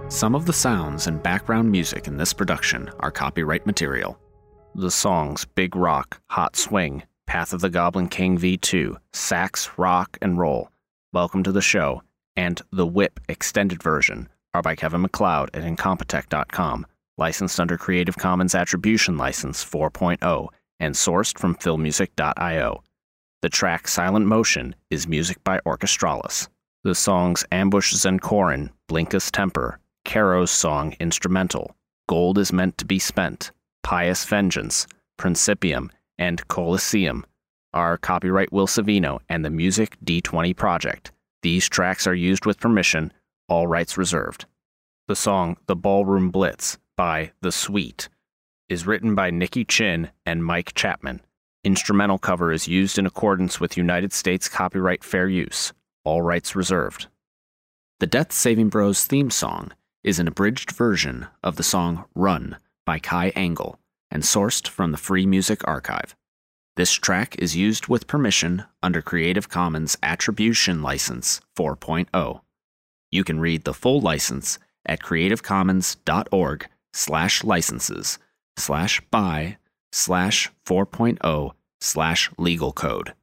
A: Some of the sounds and background music in this production are copyright material. The songs Big Rock, Hot Swing, Path of the Goblin King V2, Sax, Rock, and Roll, Welcome to the Show, and The Whip Extended Version are by Kevin McLeod at Incompetech.com, licensed under Creative oh Commons Attribution License 4.0, and sourced from filmmusic.io.
B: The track Silent Motion is music by Orchestralis. The songs Ambush Zenkorin, Blinkus Temper, Caro's Song Instrumental, Gold is Meant to Be Spent, Pious Vengeance, Principium, and Coliseum are copyright Will Savino and the Music D20 Project. These tracks are used with permission, all rights reserved. The song The Ballroom Blitz by The Sweet is written by Nikki Chin and Mike Chapman. Instrumental cover is used in accordance with United States copyright fair use, all rights reserved. The Death Saving Bros theme song is an abridged version of the song Run by Kai Angle and sourced from the Free Music Archive. This track is used with permission under Creative Commons Attribution License oh. 4.0. You can read the full license at creativecommons.org slash licenses oh slash by slash 4.0 slash legal code.